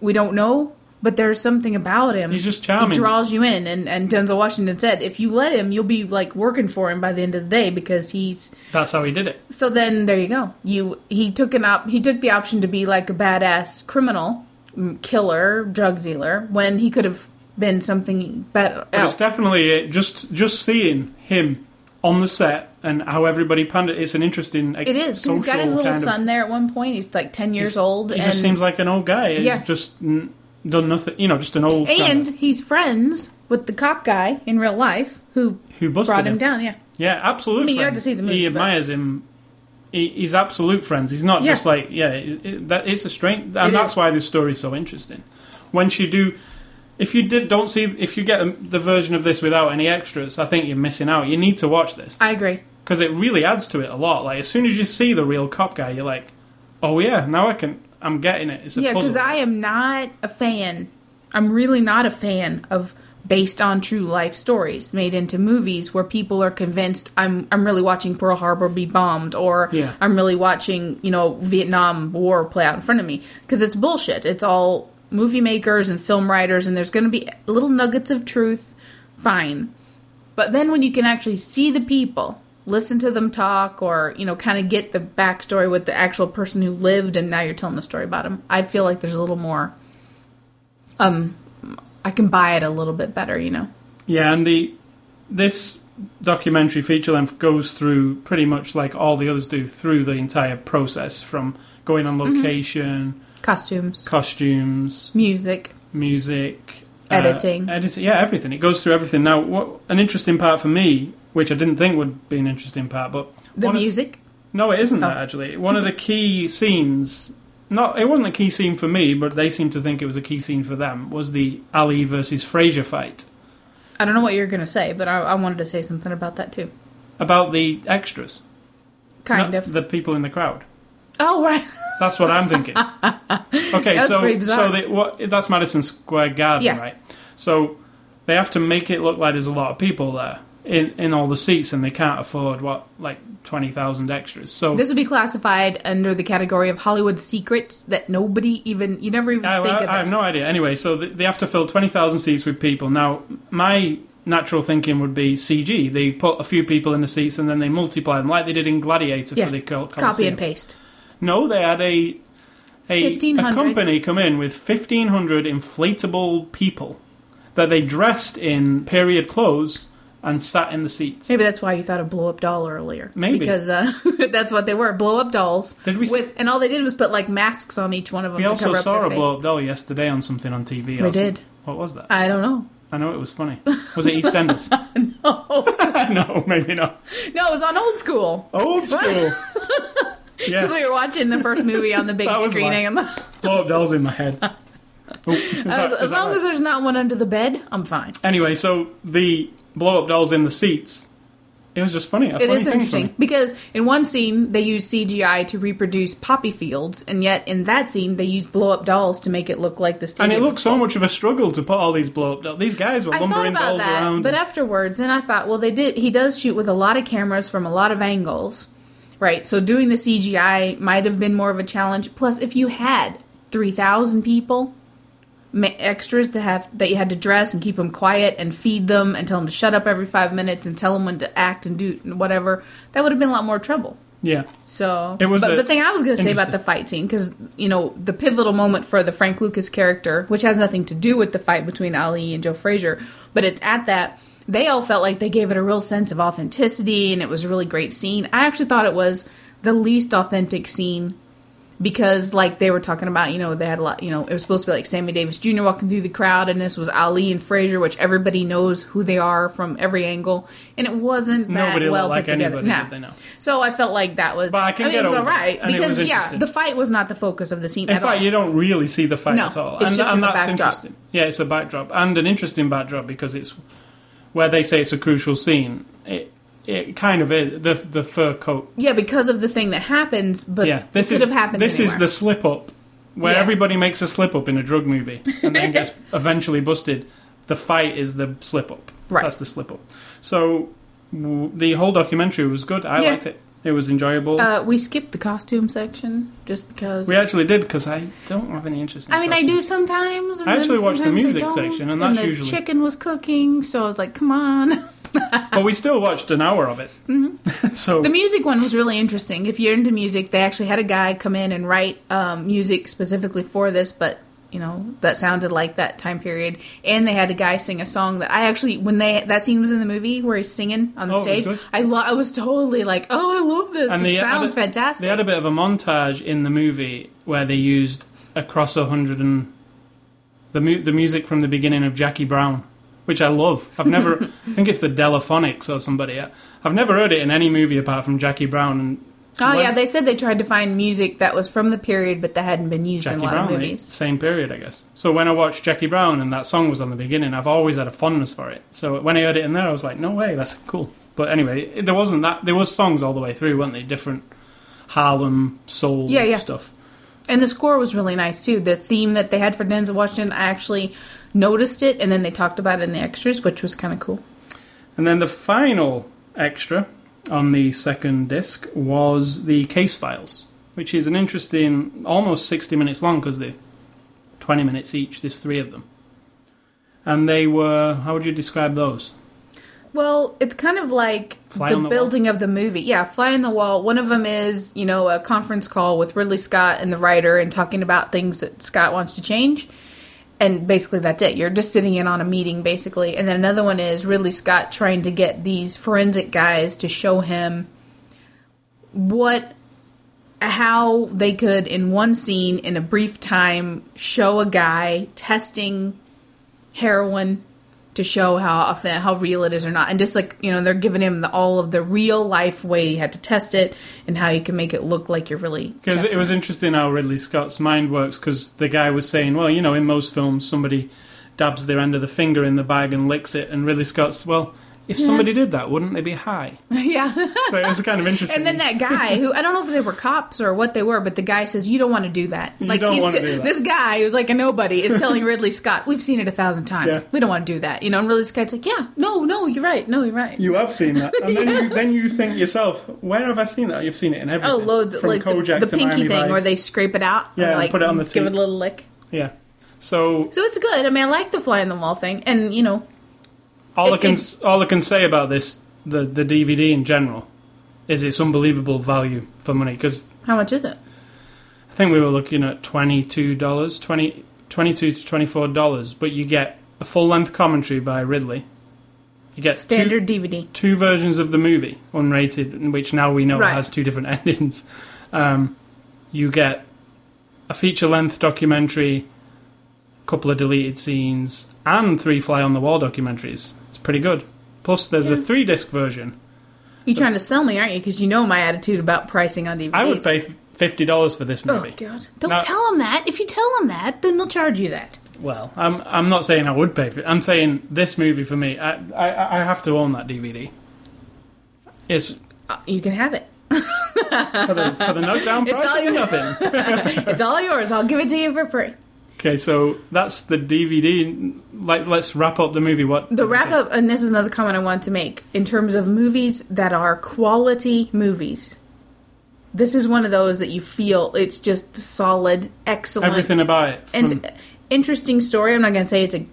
[SPEAKER 2] We don't know, but there's something about him.
[SPEAKER 1] He's just charming.
[SPEAKER 2] He draws you in, and and Denzel Washington said, if you let him, you'll be like working for him by the end of the day because he's.
[SPEAKER 1] that's how he did it."
[SPEAKER 2] So then there you go. You he took an op he took the option to be like a badass criminal, mm, killer, drug dealer when he could have been something better.
[SPEAKER 1] But it's
[SPEAKER 2] else.
[SPEAKER 1] definitely it. just just seeing him on the set and how everybody pandered. It's an interesting. Like,
[SPEAKER 2] It is because he's got his
[SPEAKER 1] social
[SPEAKER 2] little
[SPEAKER 1] kind of-
[SPEAKER 2] son there at one point. He's like ten years
[SPEAKER 1] He's-
[SPEAKER 2] old,
[SPEAKER 1] He
[SPEAKER 2] and
[SPEAKER 1] just seems like an old guy. He's
[SPEAKER 2] Yeah.
[SPEAKER 1] just n- done nothing. You know, just an old
[SPEAKER 2] and
[SPEAKER 1] guy
[SPEAKER 2] he's friends with the cop guy in real life who
[SPEAKER 1] who busted
[SPEAKER 2] brought him down. Yeah,
[SPEAKER 1] Yeah, absolutely.
[SPEAKER 2] I mean, you had to see the movie,
[SPEAKER 1] He
[SPEAKER 2] but-
[SPEAKER 1] admires him. He, he's absolute friends. He's not
[SPEAKER 2] Yeah.
[SPEAKER 1] just like yeah. It, it, that it's a strength, and
[SPEAKER 2] It
[SPEAKER 1] that's
[SPEAKER 2] is.
[SPEAKER 1] why this story is so interesting. Once you do, if you did don't see if you get the version of this without any extras, I think you're missing out. You need to watch this.
[SPEAKER 2] I agree.
[SPEAKER 1] because it really adds to it a lot. Like as soon as you see the real cop guy, you're like, oh yeah, now I can. I'm getting it. It's a
[SPEAKER 2] Yeah,
[SPEAKER 1] puzzle.
[SPEAKER 2] because I am not a fan. I'm really not a fan of based on true life stories made into movies where people are convinced I'm I'm really watching Pearl Harbor be bombed or
[SPEAKER 1] Yeah.
[SPEAKER 2] I'm really watching you know Vietnam War play out in front of me because it's bullshit. It's all movie makers and film writers, and there's going to be little nuggets of truth. Fine, but then when you can actually see the people, listen to them talk, or you know, kind of get the backstory with the actual person who lived, and now you're telling the story about them, I feel like there's a little more. Um, I can buy it a little bit better, you know.
[SPEAKER 1] Yeah, and the this documentary feature length goes through pretty much like all the others do through the entire process from going on
[SPEAKER 2] Mm-hmm.
[SPEAKER 1] location,
[SPEAKER 2] Costumes,
[SPEAKER 1] costumes,
[SPEAKER 2] music.
[SPEAKER 1] music,
[SPEAKER 2] Editing.
[SPEAKER 1] uh, editing, yeah, everything. It goes through everything. Now, what an interesting part for me, which I didn't think would be an interesting part, but
[SPEAKER 2] The
[SPEAKER 1] one of-
[SPEAKER 2] music.
[SPEAKER 1] no, it isn't that
[SPEAKER 2] Oh.
[SPEAKER 1] actually. One of the key scenes. Not, it wasn't a key scene for me, but they seemed to think it was a key scene for them. Was the Ali versus Frazier fight?
[SPEAKER 2] I don't know what you're going to say, but I, I wanted to say something about that too.
[SPEAKER 1] About the extras,
[SPEAKER 2] Kind
[SPEAKER 1] not
[SPEAKER 2] of.
[SPEAKER 1] the people in the crowd.
[SPEAKER 2] oh, right.
[SPEAKER 1] That's what I'm thinking. Okay,
[SPEAKER 2] That's
[SPEAKER 1] so
[SPEAKER 2] pretty bizarre.
[SPEAKER 1] so they, what, that's Madison Square Garden,
[SPEAKER 2] Yeah.
[SPEAKER 1] right? So they have to make it look like there's a lot of people there in, in all the seats, and they can't afford what like twenty thousand extras. So
[SPEAKER 2] This would be classified under the category of Hollywood secrets that nobody even, you never even
[SPEAKER 1] I,
[SPEAKER 2] think
[SPEAKER 1] I-
[SPEAKER 2] of
[SPEAKER 1] I have
[SPEAKER 2] this.
[SPEAKER 1] no idea. Anyway, so th- they have to fill 20,000 seats with people. Now, my natural thinking would be CG. They put a few people in the seats and then they multiply them, like they did in Gladiator
[SPEAKER 2] Yeah.
[SPEAKER 1] for the Col-
[SPEAKER 2] Copy
[SPEAKER 1] Colosseum.
[SPEAKER 2] and paste.
[SPEAKER 1] No, they had a, a, a
[SPEAKER 2] 1,500.
[SPEAKER 1] company come in with 1,500 inflatable people that they dressed in period clothes and sat in the seats.
[SPEAKER 2] Maybe that's why you thought of blow up doll earlier.
[SPEAKER 1] Maybe.
[SPEAKER 2] because uh, that's what they were blow up dolls.
[SPEAKER 1] Did we s-
[SPEAKER 2] with and all they did was put like masks on each one of them
[SPEAKER 1] we
[SPEAKER 2] to
[SPEAKER 1] also
[SPEAKER 2] cover up
[SPEAKER 1] saw
[SPEAKER 2] their
[SPEAKER 1] a
[SPEAKER 2] face.
[SPEAKER 1] blow up doll yesterday on something on TV. or
[SPEAKER 2] We
[SPEAKER 1] some-
[SPEAKER 2] did. Ah.
[SPEAKER 1] What was that?
[SPEAKER 2] I don't know.
[SPEAKER 1] I know it was funny. Was it EastEnders? no. no, maybe not.
[SPEAKER 2] No, it was on old school
[SPEAKER 1] Old school. yeah,
[SPEAKER 2] because we were watching the first movie on the big
[SPEAKER 1] That was
[SPEAKER 2] screening. And the,
[SPEAKER 1] blow up dolls in my head. Oh, is that-
[SPEAKER 2] as,
[SPEAKER 1] is
[SPEAKER 2] as
[SPEAKER 1] that
[SPEAKER 2] long
[SPEAKER 1] right?
[SPEAKER 2] as there's not one under the bed, I'm fine.
[SPEAKER 1] Anyway, so the blow up dolls in the seats. It was just funny. A
[SPEAKER 2] It
[SPEAKER 1] funny
[SPEAKER 2] is
[SPEAKER 1] thing for
[SPEAKER 2] interesting
[SPEAKER 1] me.
[SPEAKER 2] because in one scene they use CGI to reproduce poppy fields, and yet in that scene they use blow up dolls to make it look like the
[SPEAKER 1] And
[SPEAKER 2] stadium.
[SPEAKER 1] it
[SPEAKER 2] was
[SPEAKER 1] looked so much of a struggle to put all these blow up dolls. These guys were
[SPEAKER 2] I thought
[SPEAKER 1] lumbering
[SPEAKER 2] about
[SPEAKER 1] dolls
[SPEAKER 2] that,
[SPEAKER 1] around.
[SPEAKER 2] but afterwards, and I thought, well, they did. He does shoot with a lot of cameras from a lot of angles, right? So doing the CGI might have been more of a challenge. Plus, if you had three thousand people ma- extras to have that you had to dress and keep them quiet and feed them and tell them to shut up every five minutes and tell them when to act and do whatever, that would have been a lot more trouble.
[SPEAKER 1] yeah,
[SPEAKER 2] So
[SPEAKER 1] It was
[SPEAKER 2] but
[SPEAKER 1] a-
[SPEAKER 2] the thing I was going to say about
[SPEAKER 1] interesting.
[SPEAKER 2] the fight scene because you know the pivotal moment for the Frank Lucas character, which has nothing to do with the fight between Ali and Joe Frazier, but it's at that they all felt like they gave it a real sense of authenticity and it was a really great scene. I actually thought it was the least authentic scene because like they were talking about you know they had a lot you know it was supposed to be like Sammy Davis Jr. walking through the crowd and this was Ali and Frazier, which everybody knows who they are from every angle, and it wasn't that
[SPEAKER 1] Nobody looked
[SPEAKER 2] well
[SPEAKER 1] like
[SPEAKER 2] put together.
[SPEAKER 1] anybody,
[SPEAKER 2] No.
[SPEAKER 1] did they know?
[SPEAKER 2] So I felt like that was.
[SPEAKER 1] But I can
[SPEAKER 2] mean,
[SPEAKER 1] get
[SPEAKER 2] it was
[SPEAKER 1] over
[SPEAKER 2] all
[SPEAKER 1] it,
[SPEAKER 2] right
[SPEAKER 1] and it
[SPEAKER 2] because
[SPEAKER 1] was
[SPEAKER 2] yeah,
[SPEAKER 1] interesting.
[SPEAKER 2] the fight was not the focus of the scene
[SPEAKER 1] in
[SPEAKER 2] at
[SPEAKER 1] fact,
[SPEAKER 2] all.
[SPEAKER 1] you don't really see the fight
[SPEAKER 2] No,
[SPEAKER 1] at all,
[SPEAKER 2] it's
[SPEAKER 1] and,
[SPEAKER 2] just
[SPEAKER 1] and
[SPEAKER 2] in the
[SPEAKER 1] that's
[SPEAKER 2] backdrop.
[SPEAKER 1] interesting. Yeah, it's a backdrop and an interesting backdrop because it's where they say it's a crucial scene. It it kind of is the the fur coat.
[SPEAKER 2] yeah, because of the thing that happens, but
[SPEAKER 1] Yeah, this
[SPEAKER 2] it could
[SPEAKER 1] is
[SPEAKER 2] have happened.
[SPEAKER 1] this
[SPEAKER 2] anywhere.
[SPEAKER 1] is the slip up where
[SPEAKER 2] Yeah.
[SPEAKER 1] everybody makes a slip up in a drug movie and then gets eventually busted. The fight is the slip up.
[SPEAKER 2] Right.
[SPEAKER 1] That's the slip up. So w- the whole documentary was good. I
[SPEAKER 2] Yeah.
[SPEAKER 1] liked it. It was enjoyable.
[SPEAKER 2] Uh, we skipped the costume section just because.
[SPEAKER 1] we actually did because I don't have any interest. in
[SPEAKER 2] I mean, I do
[SPEAKER 1] costumes.
[SPEAKER 2] sometimes. And
[SPEAKER 1] I actually
[SPEAKER 2] then
[SPEAKER 1] watched the
[SPEAKER 2] sometimes I
[SPEAKER 1] music
[SPEAKER 2] don't,
[SPEAKER 1] section, and that's
[SPEAKER 2] the
[SPEAKER 1] usually-
[SPEAKER 2] chicken was cooking, so I was like, "Come on!"
[SPEAKER 1] but we still watched an hour of it. so
[SPEAKER 2] Mm-hmm. The music one was really interesting. If you're into music, they actually had a guy come in and write um, music specifically for this, but you know that sounded like that time period. And they had a guy sing a song that I actually, when they that scene was in the movie where he's singing on the
[SPEAKER 1] Oh, it was
[SPEAKER 2] stage,
[SPEAKER 1] good?
[SPEAKER 2] I lo- I was totally like, oh, I love this. it
[SPEAKER 1] they had
[SPEAKER 2] sounds
[SPEAKER 1] a-
[SPEAKER 2] fantastic.
[SPEAKER 1] They had a bit of a montage in the movie where they used across a hundred and the mu- the music from the beginning of Jackie Brown, which I love. I've never, I think it's the Delaphonics or somebody. I- I've never heard it in any movie apart from Jackie Brown and
[SPEAKER 2] oh
[SPEAKER 1] when-
[SPEAKER 2] yeah, they said they tried to find music that was from the period, but that hadn't been used in
[SPEAKER 1] Jackie
[SPEAKER 2] a lot
[SPEAKER 1] Brown.
[SPEAKER 2] of
[SPEAKER 1] they-
[SPEAKER 2] movies.
[SPEAKER 1] same period, I guess. So when I watched Jackie Brown and that song was on the beginning, I've always had a fondness for it. So when I heard it in there, I was like, no way, that's cool. But anyway, it- there wasn't that. There was songs all the way through, weren't they? Different Harlem soul
[SPEAKER 2] Yeah, yeah.
[SPEAKER 1] stuff.
[SPEAKER 2] And the score was really nice too. The theme that they had for Denzel Washington, I actually noticed it, and then they talked about it in the extras, which was kind of cool.
[SPEAKER 1] And then the final extra on the second disc was the case files, which is an interesting, almost 60 minutes long because they're 20 minutes each, there's three of them. And they were, how would you describe those?
[SPEAKER 2] Well, it's kind of like
[SPEAKER 1] Fly on
[SPEAKER 2] the,
[SPEAKER 1] the
[SPEAKER 2] building of the movie. Yeah, fly on the wall. One of them is, you know, a conference call with Ridley Scott and the writer and talking about things that Scott wants to change. And basically, that's it. You're just sitting in on a meeting, basically. And then another one is Ridley Scott trying to get these forensic guys to show him what how they could in one scene in a brief time show a guy testing heroin to show how often how real it is or not and just like you know they're giving him the, all of the real life way you had to test it and how you can make it look like you're really
[SPEAKER 1] Because it
[SPEAKER 2] testing
[SPEAKER 1] was interesting how Ridley Scott's mind works. Because the guy was saying, well, you know, in most films, somebody dabs their end of the finger in the bag and licks it. And Ridley Scott's, well, if somebody did that, wouldn't they be high?
[SPEAKER 2] yeah.
[SPEAKER 1] So it was kind of interesting.
[SPEAKER 2] And then that guy who I don't know if they were cops or what they were, but the guy says you don't want to do that. like
[SPEAKER 1] don't
[SPEAKER 2] he's
[SPEAKER 1] wanna
[SPEAKER 2] t-
[SPEAKER 1] do that.
[SPEAKER 2] this guy who's like a nobody is telling Ridley Scott, "We've seen it a thousand times.
[SPEAKER 1] Yeah.
[SPEAKER 2] We don't want to do that." You know, and Ridley Scott's like, "Yeah, no, no, you're right. No, you're right."
[SPEAKER 1] You have seen that, and then you then you think yourself, where have I seen that? You've seen it in everything.
[SPEAKER 2] oh, loads
[SPEAKER 1] from
[SPEAKER 2] like the-
[SPEAKER 1] Kojak
[SPEAKER 2] the,
[SPEAKER 1] to
[SPEAKER 2] pinky
[SPEAKER 1] Miami
[SPEAKER 2] thing
[SPEAKER 1] Vice.
[SPEAKER 2] where they scrape it out.
[SPEAKER 1] Yeah, and
[SPEAKER 2] like,
[SPEAKER 1] put it on the
[SPEAKER 2] give
[SPEAKER 1] teeth.
[SPEAKER 2] it a little lick.
[SPEAKER 1] yeah. So
[SPEAKER 2] So it's good. I mean, I like the fly on the wall thing, and you know,
[SPEAKER 1] all
[SPEAKER 2] It-
[SPEAKER 1] I can
[SPEAKER 2] it's-
[SPEAKER 1] all I can say about this the the DVD in general is its unbelievable value for money because
[SPEAKER 2] how much is it?
[SPEAKER 1] I think we were looking at twenty two dollars 22 to twenty four dollars, but you get a full length commentary by Ridley. You get two,
[SPEAKER 2] Standard DVD.
[SPEAKER 1] two versions of the movie, unrated, which now we know
[SPEAKER 2] Right.
[SPEAKER 1] has two different endings. Um, you get a feature length documentary, couple of deleted scenes, and three fly on the wall documentaries. It's pretty good. Plus, there's a three disc version.
[SPEAKER 2] You're trying to sell me, aren't you? Because you know my attitude about pricing on DVDs.
[SPEAKER 1] I would pay fifty dollars for this
[SPEAKER 2] Oh
[SPEAKER 1] movie.
[SPEAKER 2] God! Don't
[SPEAKER 1] Now-
[SPEAKER 2] tell them that. If you tell them that, then they'll charge you that.
[SPEAKER 1] Well, I'm I'm not saying I would pay for it. I'm saying this movie for me, I I, I have to own that DVD. It's
[SPEAKER 2] Uh, You can have it.
[SPEAKER 1] for the, for the knockdown
[SPEAKER 2] It's all
[SPEAKER 1] price of
[SPEAKER 2] you-
[SPEAKER 1] nothing.
[SPEAKER 2] It's all yours. I'll give it to you for free.
[SPEAKER 1] Okay, so that's the DVD. Like, let's wrap up the movie. What
[SPEAKER 2] The wrap up, and this is another comment I want to make in terms of movies that are quality movies. This is one of those that you feel it's just solid, excellent,
[SPEAKER 1] Everything Hmm. about it.
[SPEAKER 2] and
[SPEAKER 1] from-
[SPEAKER 2] it's interesting story. I'm not gonna say it's a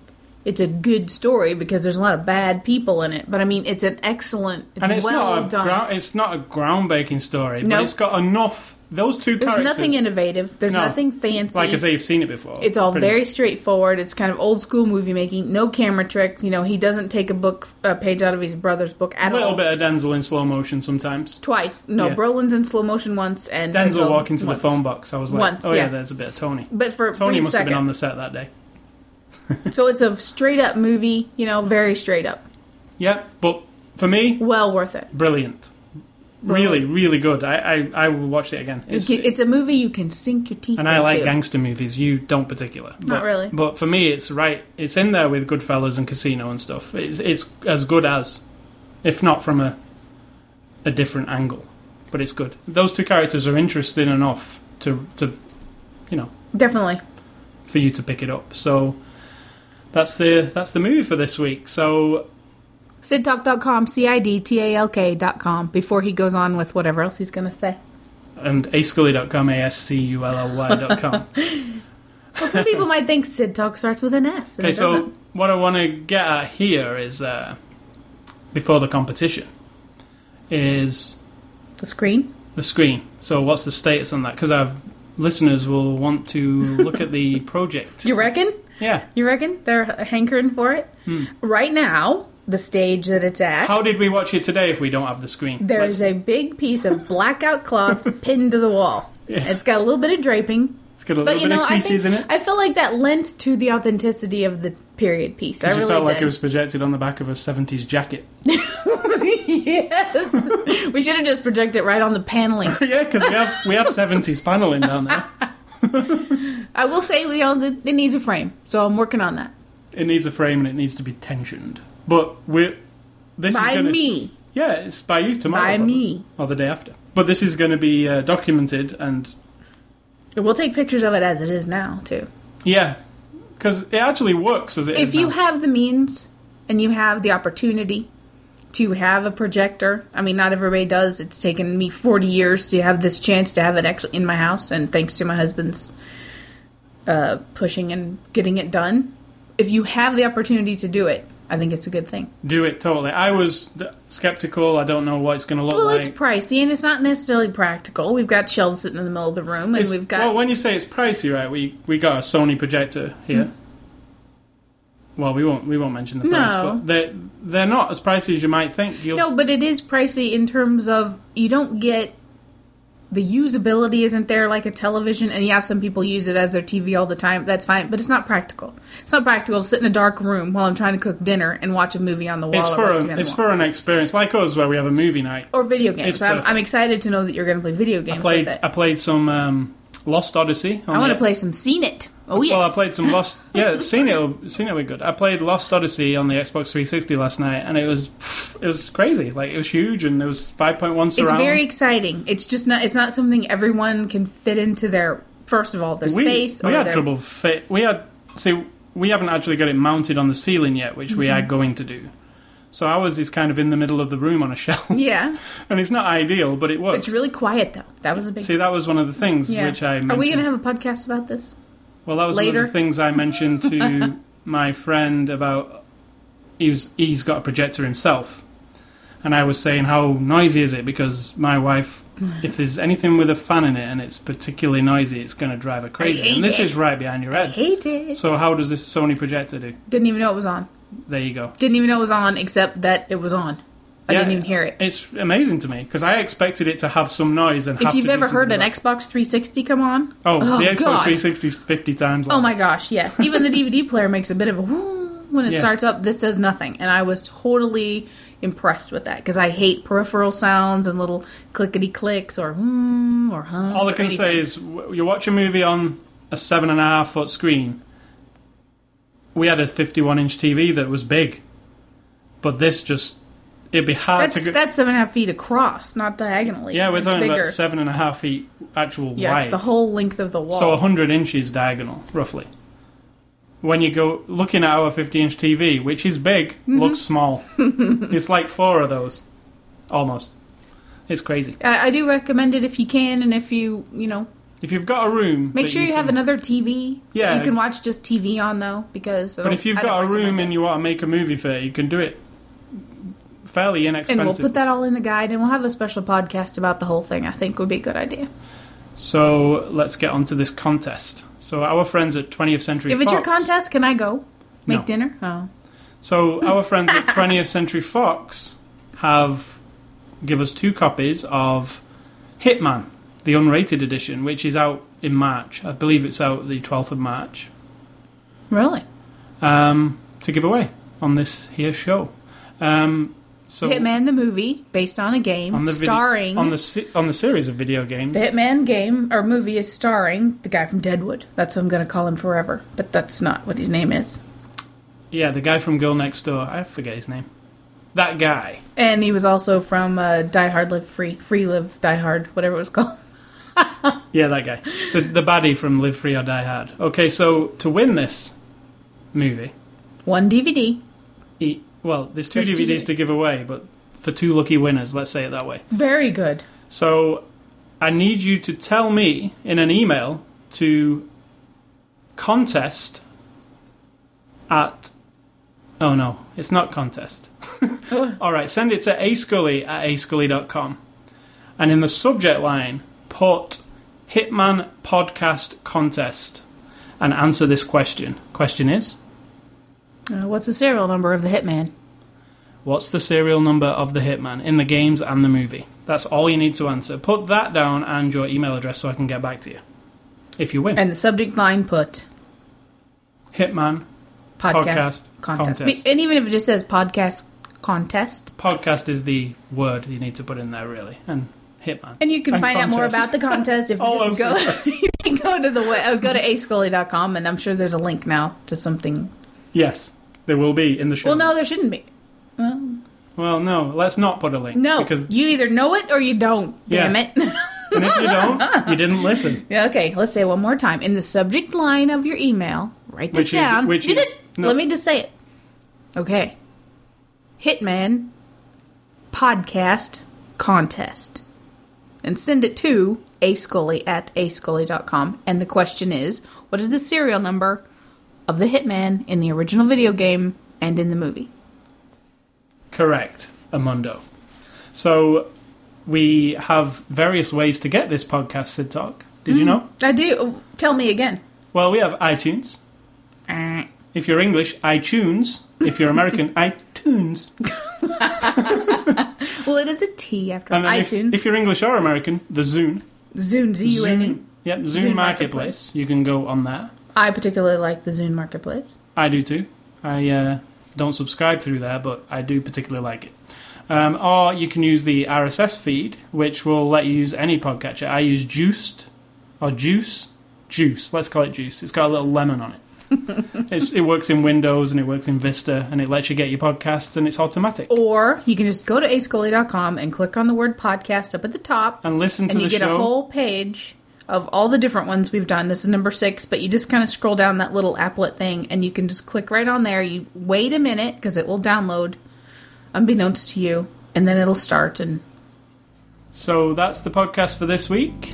[SPEAKER 2] it's a good story because there's a lot of bad people in it, but I mean it's an excellent, it's
[SPEAKER 1] and it's
[SPEAKER 2] well
[SPEAKER 1] not a
[SPEAKER 2] done.
[SPEAKER 1] ground, it's not a groundbreaking story,
[SPEAKER 2] No.
[SPEAKER 1] but it's got enough. Those two
[SPEAKER 2] there's
[SPEAKER 1] characters.
[SPEAKER 2] nothing innovative. There's
[SPEAKER 1] No.
[SPEAKER 2] nothing fancy.
[SPEAKER 1] Like I say, you've seen it before.
[SPEAKER 2] It's all
[SPEAKER 1] pretty
[SPEAKER 2] very
[SPEAKER 1] much.
[SPEAKER 2] straightforward. It's kind of old school movie making. No camera tricks. You know, he doesn't take a book a page out of his brother's book at
[SPEAKER 1] A little
[SPEAKER 2] all.
[SPEAKER 1] bit of Denzel in slow motion sometimes.
[SPEAKER 2] Twice. No,
[SPEAKER 1] Yeah.
[SPEAKER 2] Brolin's in slow motion once, and
[SPEAKER 1] Denzel walking to
[SPEAKER 2] once.
[SPEAKER 1] the phone box. I was like,
[SPEAKER 2] Once,
[SPEAKER 1] oh yeah.
[SPEAKER 2] yeah.
[SPEAKER 1] there's a bit of Tony.
[SPEAKER 2] But for a
[SPEAKER 1] Tony
[SPEAKER 2] brief
[SPEAKER 1] must have
[SPEAKER 2] second.
[SPEAKER 1] been on the set that day.
[SPEAKER 2] so it's a straight up movie. You know, very straight up.
[SPEAKER 1] Yeah, but for me,
[SPEAKER 2] Well worth it.
[SPEAKER 1] brilliant. Really, really good. I, I, I will watch it again.
[SPEAKER 2] It's, it's a movie you can sink your teeth.
[SPEAKER 1] And I like
[SPEAKER 2] into.
[SPEAKER 1] gangster movies. You don't particular. But-
[SPEAKER 2] really.
[SPEAKER 1] But for me, it's right. It's in there with Goodfellas and Casino and stuff. It's, it's as good as, if not from a a different angle, but it's good. Those two characters are interesting enough to to you know
[SPEAKER 2] Definitely.
[SPEAKER 1] for you to pick it up. So that's the that's the movie for this week. So
[SPEAKER 2] SidTalk.com, C I D T A L K.com, before he goes on with whatever else he's going to say.
[SPEAKER 1] and ascully.com, a s c u l l y dot com.
[SPEAKER 2] Well, some people might think Sid Talk starts with an S. And
[SPEAKER 1] Okay,
[SPEAKER 2] it
[SPEAKER 1] so
[SPEAKER 2] doesn't.
[SPEAKER 1] what I want to get at here is uh, before the competition is
[SPEAKER 2] The screen?
[SPEAKER 1] the screen. So what's the status on that? Because our listeners will want to look at the project.
[SPEAKER 2] You reckon?
[SPEAKER 1] Yeah.
[SPEAKER 2] You reckon they're hankering for it? Right now, the stage that it's at,
[SPEAKER 1] Hmm. How did we watch it today if we don't have the screen?
[SPEAKER 2] there
[SPEAKER 1] Let's-
[SPEAKER 2] is a big piece of blackout cloth pinned to the wall.
[SPEAKER 1] Yeah.
[SPEAKER 2] It's got a little bit of draping,
[SPEAKER 1] It's got a little
[SPEAKER 2] but you
[SPEAKER 1] bit
[SPEAKER 2] know,
[SPEAKER 1] of
[SPEAKER 2] I
[SPEAKER 1] creases
[SPEAKER 2] think,
[SPEAKER 1] in it.
[SPEAKER 2] I feel like that lent to the authenticity of the period piece. I
[SPEAKER 1] 'Cause
[SPEAKER 2] really
[SPEAKER 1] you felt like
[SPEAKER 2] did.
[SPEAKER 1] it was projected on the back of a 70s jacket.
[SPEAKER 2] yes, we should have just projected it right on the paneling.
[SPEAKER 1] yeah, because we have, we have 70s paneling down there.
[SPEAKER 2] I will say, you know, that it needs a frame, so I'm working on that
[SPEAKER 1] It needs a frame and it needs to be tensioned. But we're. This
[SPEAKER 2] by
[SPEAKER 1] is gonna,
[SPEAKER 2] me.
[SPEAKER 1] Yeah, it's by you tomorrow.
[SPEAKER 2] By
[SPEAKER 1] probably.
[SPEAKER 2] me.
[SPEAKER 1] Or the day after. But this is going to be uh, documented and
[SPEAKER 2] We'll take pictures of it as it is now too.
[SPEAKER 1] yeah, because it actually works as it is
[SPEAKER 2] if you
[SPEAKER 1] now.
[SPEAKER 2] have the means and you have the opportunity to have a projector, I mean, not everybody does. It's taken me 40 years to have this chance to have it actually in my house, and thanks to my husband's uh, pushing and getting it done. If you have the opportunity to do it, I think it's a good thing.
[SPEAKER 1] do it totally. I was d- skeptical. I don't know what it's going to look
[SPEAKER 2] Well,
[SPEAKER 1] like.
[SPEAKER 2] it's pricey and it's not necessarily practical. We've got shelves sitting in the middle of the room, and
[SPEAKER 1] It's-
[SPEAKER 2] we've got
[SPEAKER 1] well, when you say it's pricey, right? We we got a Sony projector here. Well, we won't we won't mention the price,
[SPEAKER 2] Hmm. No.
[SPEAKER 1] but they're they're not as pricey as you might think. You'll,
[SPEAKER 2] No, but it is pricey in terms of you don't get the usability isn't there like a television. And yeah, some people use it as their TV all the time. That's fine, but it's not practical. It's not practical to sit in a dark room while I'm trying to cook dinner and watch a movie on the wall.
[SPEAKER 1] it's
[SPEAKER 2] or
[SPEAKER 1] for
[SPEAKER 2] watch something on
[SPEAKER 1] a,
[SPEAKER 2] the
[SPEAKER 1] it's
[SPEAKER 2] wall.
[SPEAKER 1] for an experience like us where we have a movie night.
[SPEAKER 2] or video games.
[SPEAKER 1] it's
[SPEAKER 2] I'm,
[SPEAKER 1] perfect.
[SPEAKER 2] I'm excited to know that you're going to play video games
[SPEAKER 1] played
[SPEAKER 2] with it.
[SPEAKER 1] I played some um, Lost Odyssey. On
[SPEAKER 2] I want to
[SPEAKER 1] the-
[SPEAKER 2] play some Seen It. Oh yes.
[SPEAKER 1] Well, I played some Lost. Yeah, seen it. Seen it. Were good. I played Lost Odyssey on the Xbox 360 last night, and it was it was crazy. Like it was huge, and it was 5.1 surround.
[SPEAKER 2] it's very exciting. It's just not. It's not something everyone can fit into their. First of all, their
[SPEAKER 1] we,
[SPEAKER 2] space.
[SPEAKER 1] we
[SPEAKER 2] or
[SPEAKER 1] had
[SPEAKER 2] their,
[SPEAKER 1] trouble fit. We had see we haven't actually got it mounted on the ceiling yet, which we are
[SPEAKER 2] Mm-hmm.
[SPEAKER 1] going to do. So ours is kind of in the middle of the room on a shelf,
[SPEAKER 2] Yeah,
[SPEAKER 1] and it's not ideal, but it was.
[SPEAKER 2] it's really quiet though. That was a big.
[SPEAKER 1] see that was one of the things
[SPEAKER 2] yeah.
[SPEAKER 1] which I mentioned.
[SPEAKER 2] Are we gonna have a podcast about this?
[SPEAKER 1] Well, that was one
[SPEAKER 2] Later.
[SPEAKER 1] of the things I mentioned to my friend about. He was, he's got a projector himself, and I was saying how noisy is it because my wife,
[SPEAKER 2] Mm.
[SPEAKER 1] if there's anything with a fan in it and it's particularly noisy, it's going to drive her crazy.
[SPEAKER 2] hate
[SPEAKER 1] And this
[SPEAKER 2] it.
[SPEAKER 1] is right behind your head.
[SPEAKER 2] Hate it.
[SPEAKER 1] So how does this Sony projector do?
[SPEAKER 2] didn't even know it was on.
[SPEAKER 1] There you go.
[SPEAKER 2] Didn't even know it was on, except that it was on. I
[SPEAKER 1] Yeah.
[SPEAKER 2] didn't even hear it.
[SPEAKER 1] It's amazing to me because I expected it to have some noise and.
[SPEAKER 2] If
[SPEAKER 1] have to
[SPEAKER 2] you've
[SPEAKER 1] do
[SPEAKER 2] ever heard an
[SPEAKER 1] something
[SPEAKER 2] Xbox 360 come on,
[SPEAKER 1] about- oh,
[SPEAKER 2] Oh,
[SPEAKER 1] the Xbox
[SPEAKER 2] God.
[SPEAKER 1] 360 is 50 times.
[SPEAKER 2] oh
[SPEAKER 1] louder.
[SPEAKER 2] my gosh, yes. Even the DVD player makes a bit of a whoo when it
[SPEAKER 1] Yeah.
[SPEAKER 2] starts up. This does nothing, and I was totally impressed with that because I hate peripheral sounds and little clickety clicks or hmm or hums.
[SPEAKER 1] All I
[SPEAKER 2] or
[SPEAKER 1] can
[SPEAKER 2] anything.
[SPEAKER 1] say is w- you watch a movie on a seven and a half foot screen. We had a 51 inch TV that was big, but this just it'd be hard
[SPEAKER 2] that's
[SPEAKER 1] uh, to. Go-
[SPEAKER 2] that's seven and a half feet across, not diagonally.
[SPEAKER 1] yeah, we're
[SPEAKER 2] it's
[SPEAKER 1] talking
[SPEAKER 2] bigger.
[SPEAKER 1] about seven and a half feet actual
[SPEAKER 2] yeah,
[SPEAKER 1] wide,
[SPEAKER 2] it's the whole length of the wall.
[SPEAKER 1] so 100 inches diagonal roughly. When you go looking at our 50 inch TV, which is big,
[SPEAKER 2] Mm-hmm.
[SPEAKER 1] looks small. it's like four of those, almost. It's crazy.
[SPEAKER 2] I, I do recommend it if you can, and if you you know
[SPEAKER 1] If you've got a room,
[SPEAKER 2] Make
[SPEAKER 1] that
[SPEAKER 2] sure you, have
[SPEAKER 1] can-
[SPEAKER 2] another TV.
[SPEAKER 1] Yeah,
[SPEAKER 2] that you
[SPEAKER 1] ex-
[SPEAKER 2] can watch just TV on though, because. I
[SPEAKER 1] But
[SPEAKER 2] don't-
[SPEAKER 1] if you've
[SPEAKER 2] I don't
[SPEAKER 1] got a
[SPEAKER 2] recommend
[SPEAKER 1] room
[SPEAKER 2] it.
[SPEAKER 1] and you want to make a movie theater, you can do it fairly
[SPEAKER 2] and we'll
[SPEAKER 1] inexpensive.
[SPEAKER 2] put that all in the guide, and we'll have a special podcast about the whole thing. I think would be a good idea.
[SPEAKER 1] So let's get onto this contest. So our friends at 20th Century
[SPEAKER 2] if it's your
[SPEAKER 1] Fox.
[SPEAKER 2] contest, can I go make
[SPEAKER 1] No.
[SPEAKER 2] dinner? Oh,
[SPEAKER 1] So our friends at 20th Century Fox have give us two copies of Hitman, the unrated edition, which is out in March. I believe it's out the 12th of March.
[SPEAKER 2] really?
[SPEAKER 1] Um, to give away on this here show. Um, so
[SPEAKER 2] Hitman the movie, based on a game,
[SPEAKER 1] on the vid-
[SPEAKER 2] starring
[SPEAKER 1] on the se- on the series of video games.
[SPEAKER 2] the Hitman game or movie is starring the guy from Deadwood. That's what I'm going to call him forever, but that's not what his name is.
[SPEAKER 1] Yeah, the guy from Girl Next Door. I forget his name. That guy.
[SPEAKER 2] And he was also from uh, Die Hard, Live Free, Free Live, Die Hard, whatever it was called.
[SPEAKER 1] Yeah, that guy. The, the baddie from Live Free or Die Hard. Okay, so to win this movie,
[SPEAKER 2] One DVD,
[SPEAKER 1] e well, there's two
[SPEAKER 2] There's two
[SPEAKER 1] DVDs to give away, but for two lucky winners, let's say it that way.
[SPEAKER 2] very good.
[SPEAKER 1] So I need you to tell me in an email to contest at. Oh no, it's not contest.
[SPEAKER 2] Oh.
[SPEAKER 1] All right, send it to ascully at ascully.com. And in the subject line, put Hitman Podcast Contest and answer this question. Question is
[SPEAKER 2] Uh, what's the serial number of the hitman?
[SPEAKER 1] What's the serial number of the Hitman in the games and the movie? That's all you need to answer. Put that down and your email address so I can get back to you. If you win,
[SPEAKER 2] And the subject line put
[SPEAKER 1] Hitman
[SPEAKER 2] podcast,
[SPEAKER 1] Podcast
[SPEAKER 2] contest.
[SPEAKER 1] contest.
[SPEAKER 2] And even if it just says podcast contest,
[SPEAKER 1] podcast is the word you need to put in there, really. And Hitman.
[SPEAKER 2] and you can
[SPEAKER 1] And
[SPEAKER 2] find out more
[SPEAKER 1] contest.
[SPEAKER 2] about the contest if
[SPEAKER 1] All
[SPEAKER 2] you just go,
[SPEAKER 1] those
[SPEAKER 2] you can go to the way, oh, go to ascully.com and I'm sure there's a link now to something.
[SPEAKER 1] Yes, there will be in the show.
[SPEAKER 2] Well, no, there shouldn't be.
[SPEAKER 1] Well, no, let's not put a link.
[SPEAKER 2] No,
[SPEAKER 1] Because
[SPEAKER 2] you either know it or you don't.
[SPEAKER 1] Yeah.
[SPEAKER 2] Damn it.
[SPEAKER 1] and if you don't, you didn't listen.
[SPEAKER 2] Yeah, okay, let's say it one more time. In the subject line of your email, write
[SPEAKER 1] Which
[SPEAKER 2] this
[SPEAKER 1] is-
[SPEAKER 2] down.
[SPEAKER 1] which
[SPEAKER 2] You
[SPEAKER 1] is-
[SPEAKER 2] did-
[SPEAKER 1] no.
[SPEAKER 2] Let me just say it. Okay. Hitman podcast contest. And send it to ascully at ascully.com. And the question is what is the serial number of the Hitman in the original video game and in the movie?
[SPEAKER 1] Correct, Amundo. So we have various ways to get this podcast, Sid Talk. Did you know?
[SPEAKER 2] I do. Tell me again.
[SPEAKER 1] Well, we have iTunes.
[SPEAKER 2] Eh.
[SPEAKER 1] If you're English, iTunes. If you're American, iTunes.
[SPEAKER 2] Well, it is a T after
[SPEAKER 1] And then if-
[SPEAKER 2] iTunes.
[SPEAKER 1] If, you're English or American, the Zune.
[SPEAKER 2] Zune, Z U N E.
[SPEAKER 1] Yep, Zune, Marketplace.
[SPEAKER 2] Zune Marketplace.
[SPEAKER 1] You can go on there.
[SPEAKER 2] I particularly like the Zune Marketplace.
[SPEAKER 1] I do too. I uh, don't subscribe through there, but I do particularly like it. Um, or you can use the RSS feed, which will let you use any podcatcher. I use Juiced or Juice juice. Let's call it juice. It's got a little lemon on it. it's, it works in Windows and it works in Vista and it lets you get your podcasts and it's automatic.
[SPEAKER 2] Or you can just go to ascully.com and click on the word podcast up at the top,
[SPEAKER 1] And listen to
[SPEAKER 2] and you
[SPEAKER 1] the
[SPEAKER 2] get
[SPEAKER 1] show.
[SPEAKER 2] a whole page of all the different ones we've done. This is number six, but you just kind of scroll down that little applet thing, and you can just click right on there. You wait a minute because it will download, unbeknownst to you, and then it'll start. And
[SPEAKER 1] So that's the podcast for this week.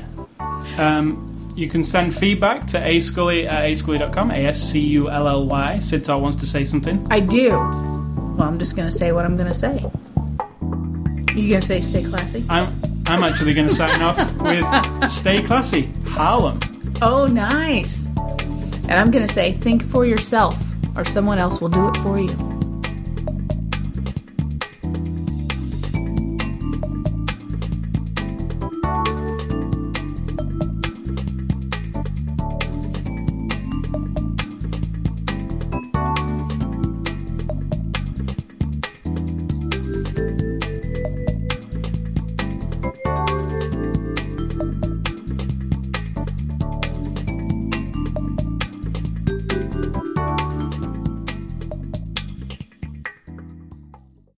[SPEAKER 1] Um, you can send feedback to ascully at ascully.com, A S C U L L Y. Sidtar wants to say something.
[SPEAKER 2] I do. Well, I'm just gonna say what I'm gonna say. You gonna say stay classy?
[SPEAKER 1] I'm, I'm actually going to sign off with Stay Classy, Harlem.
[SPEAKER 2] Oh, nice. And I'm gonna say think for yourself, or someone else will do it for you.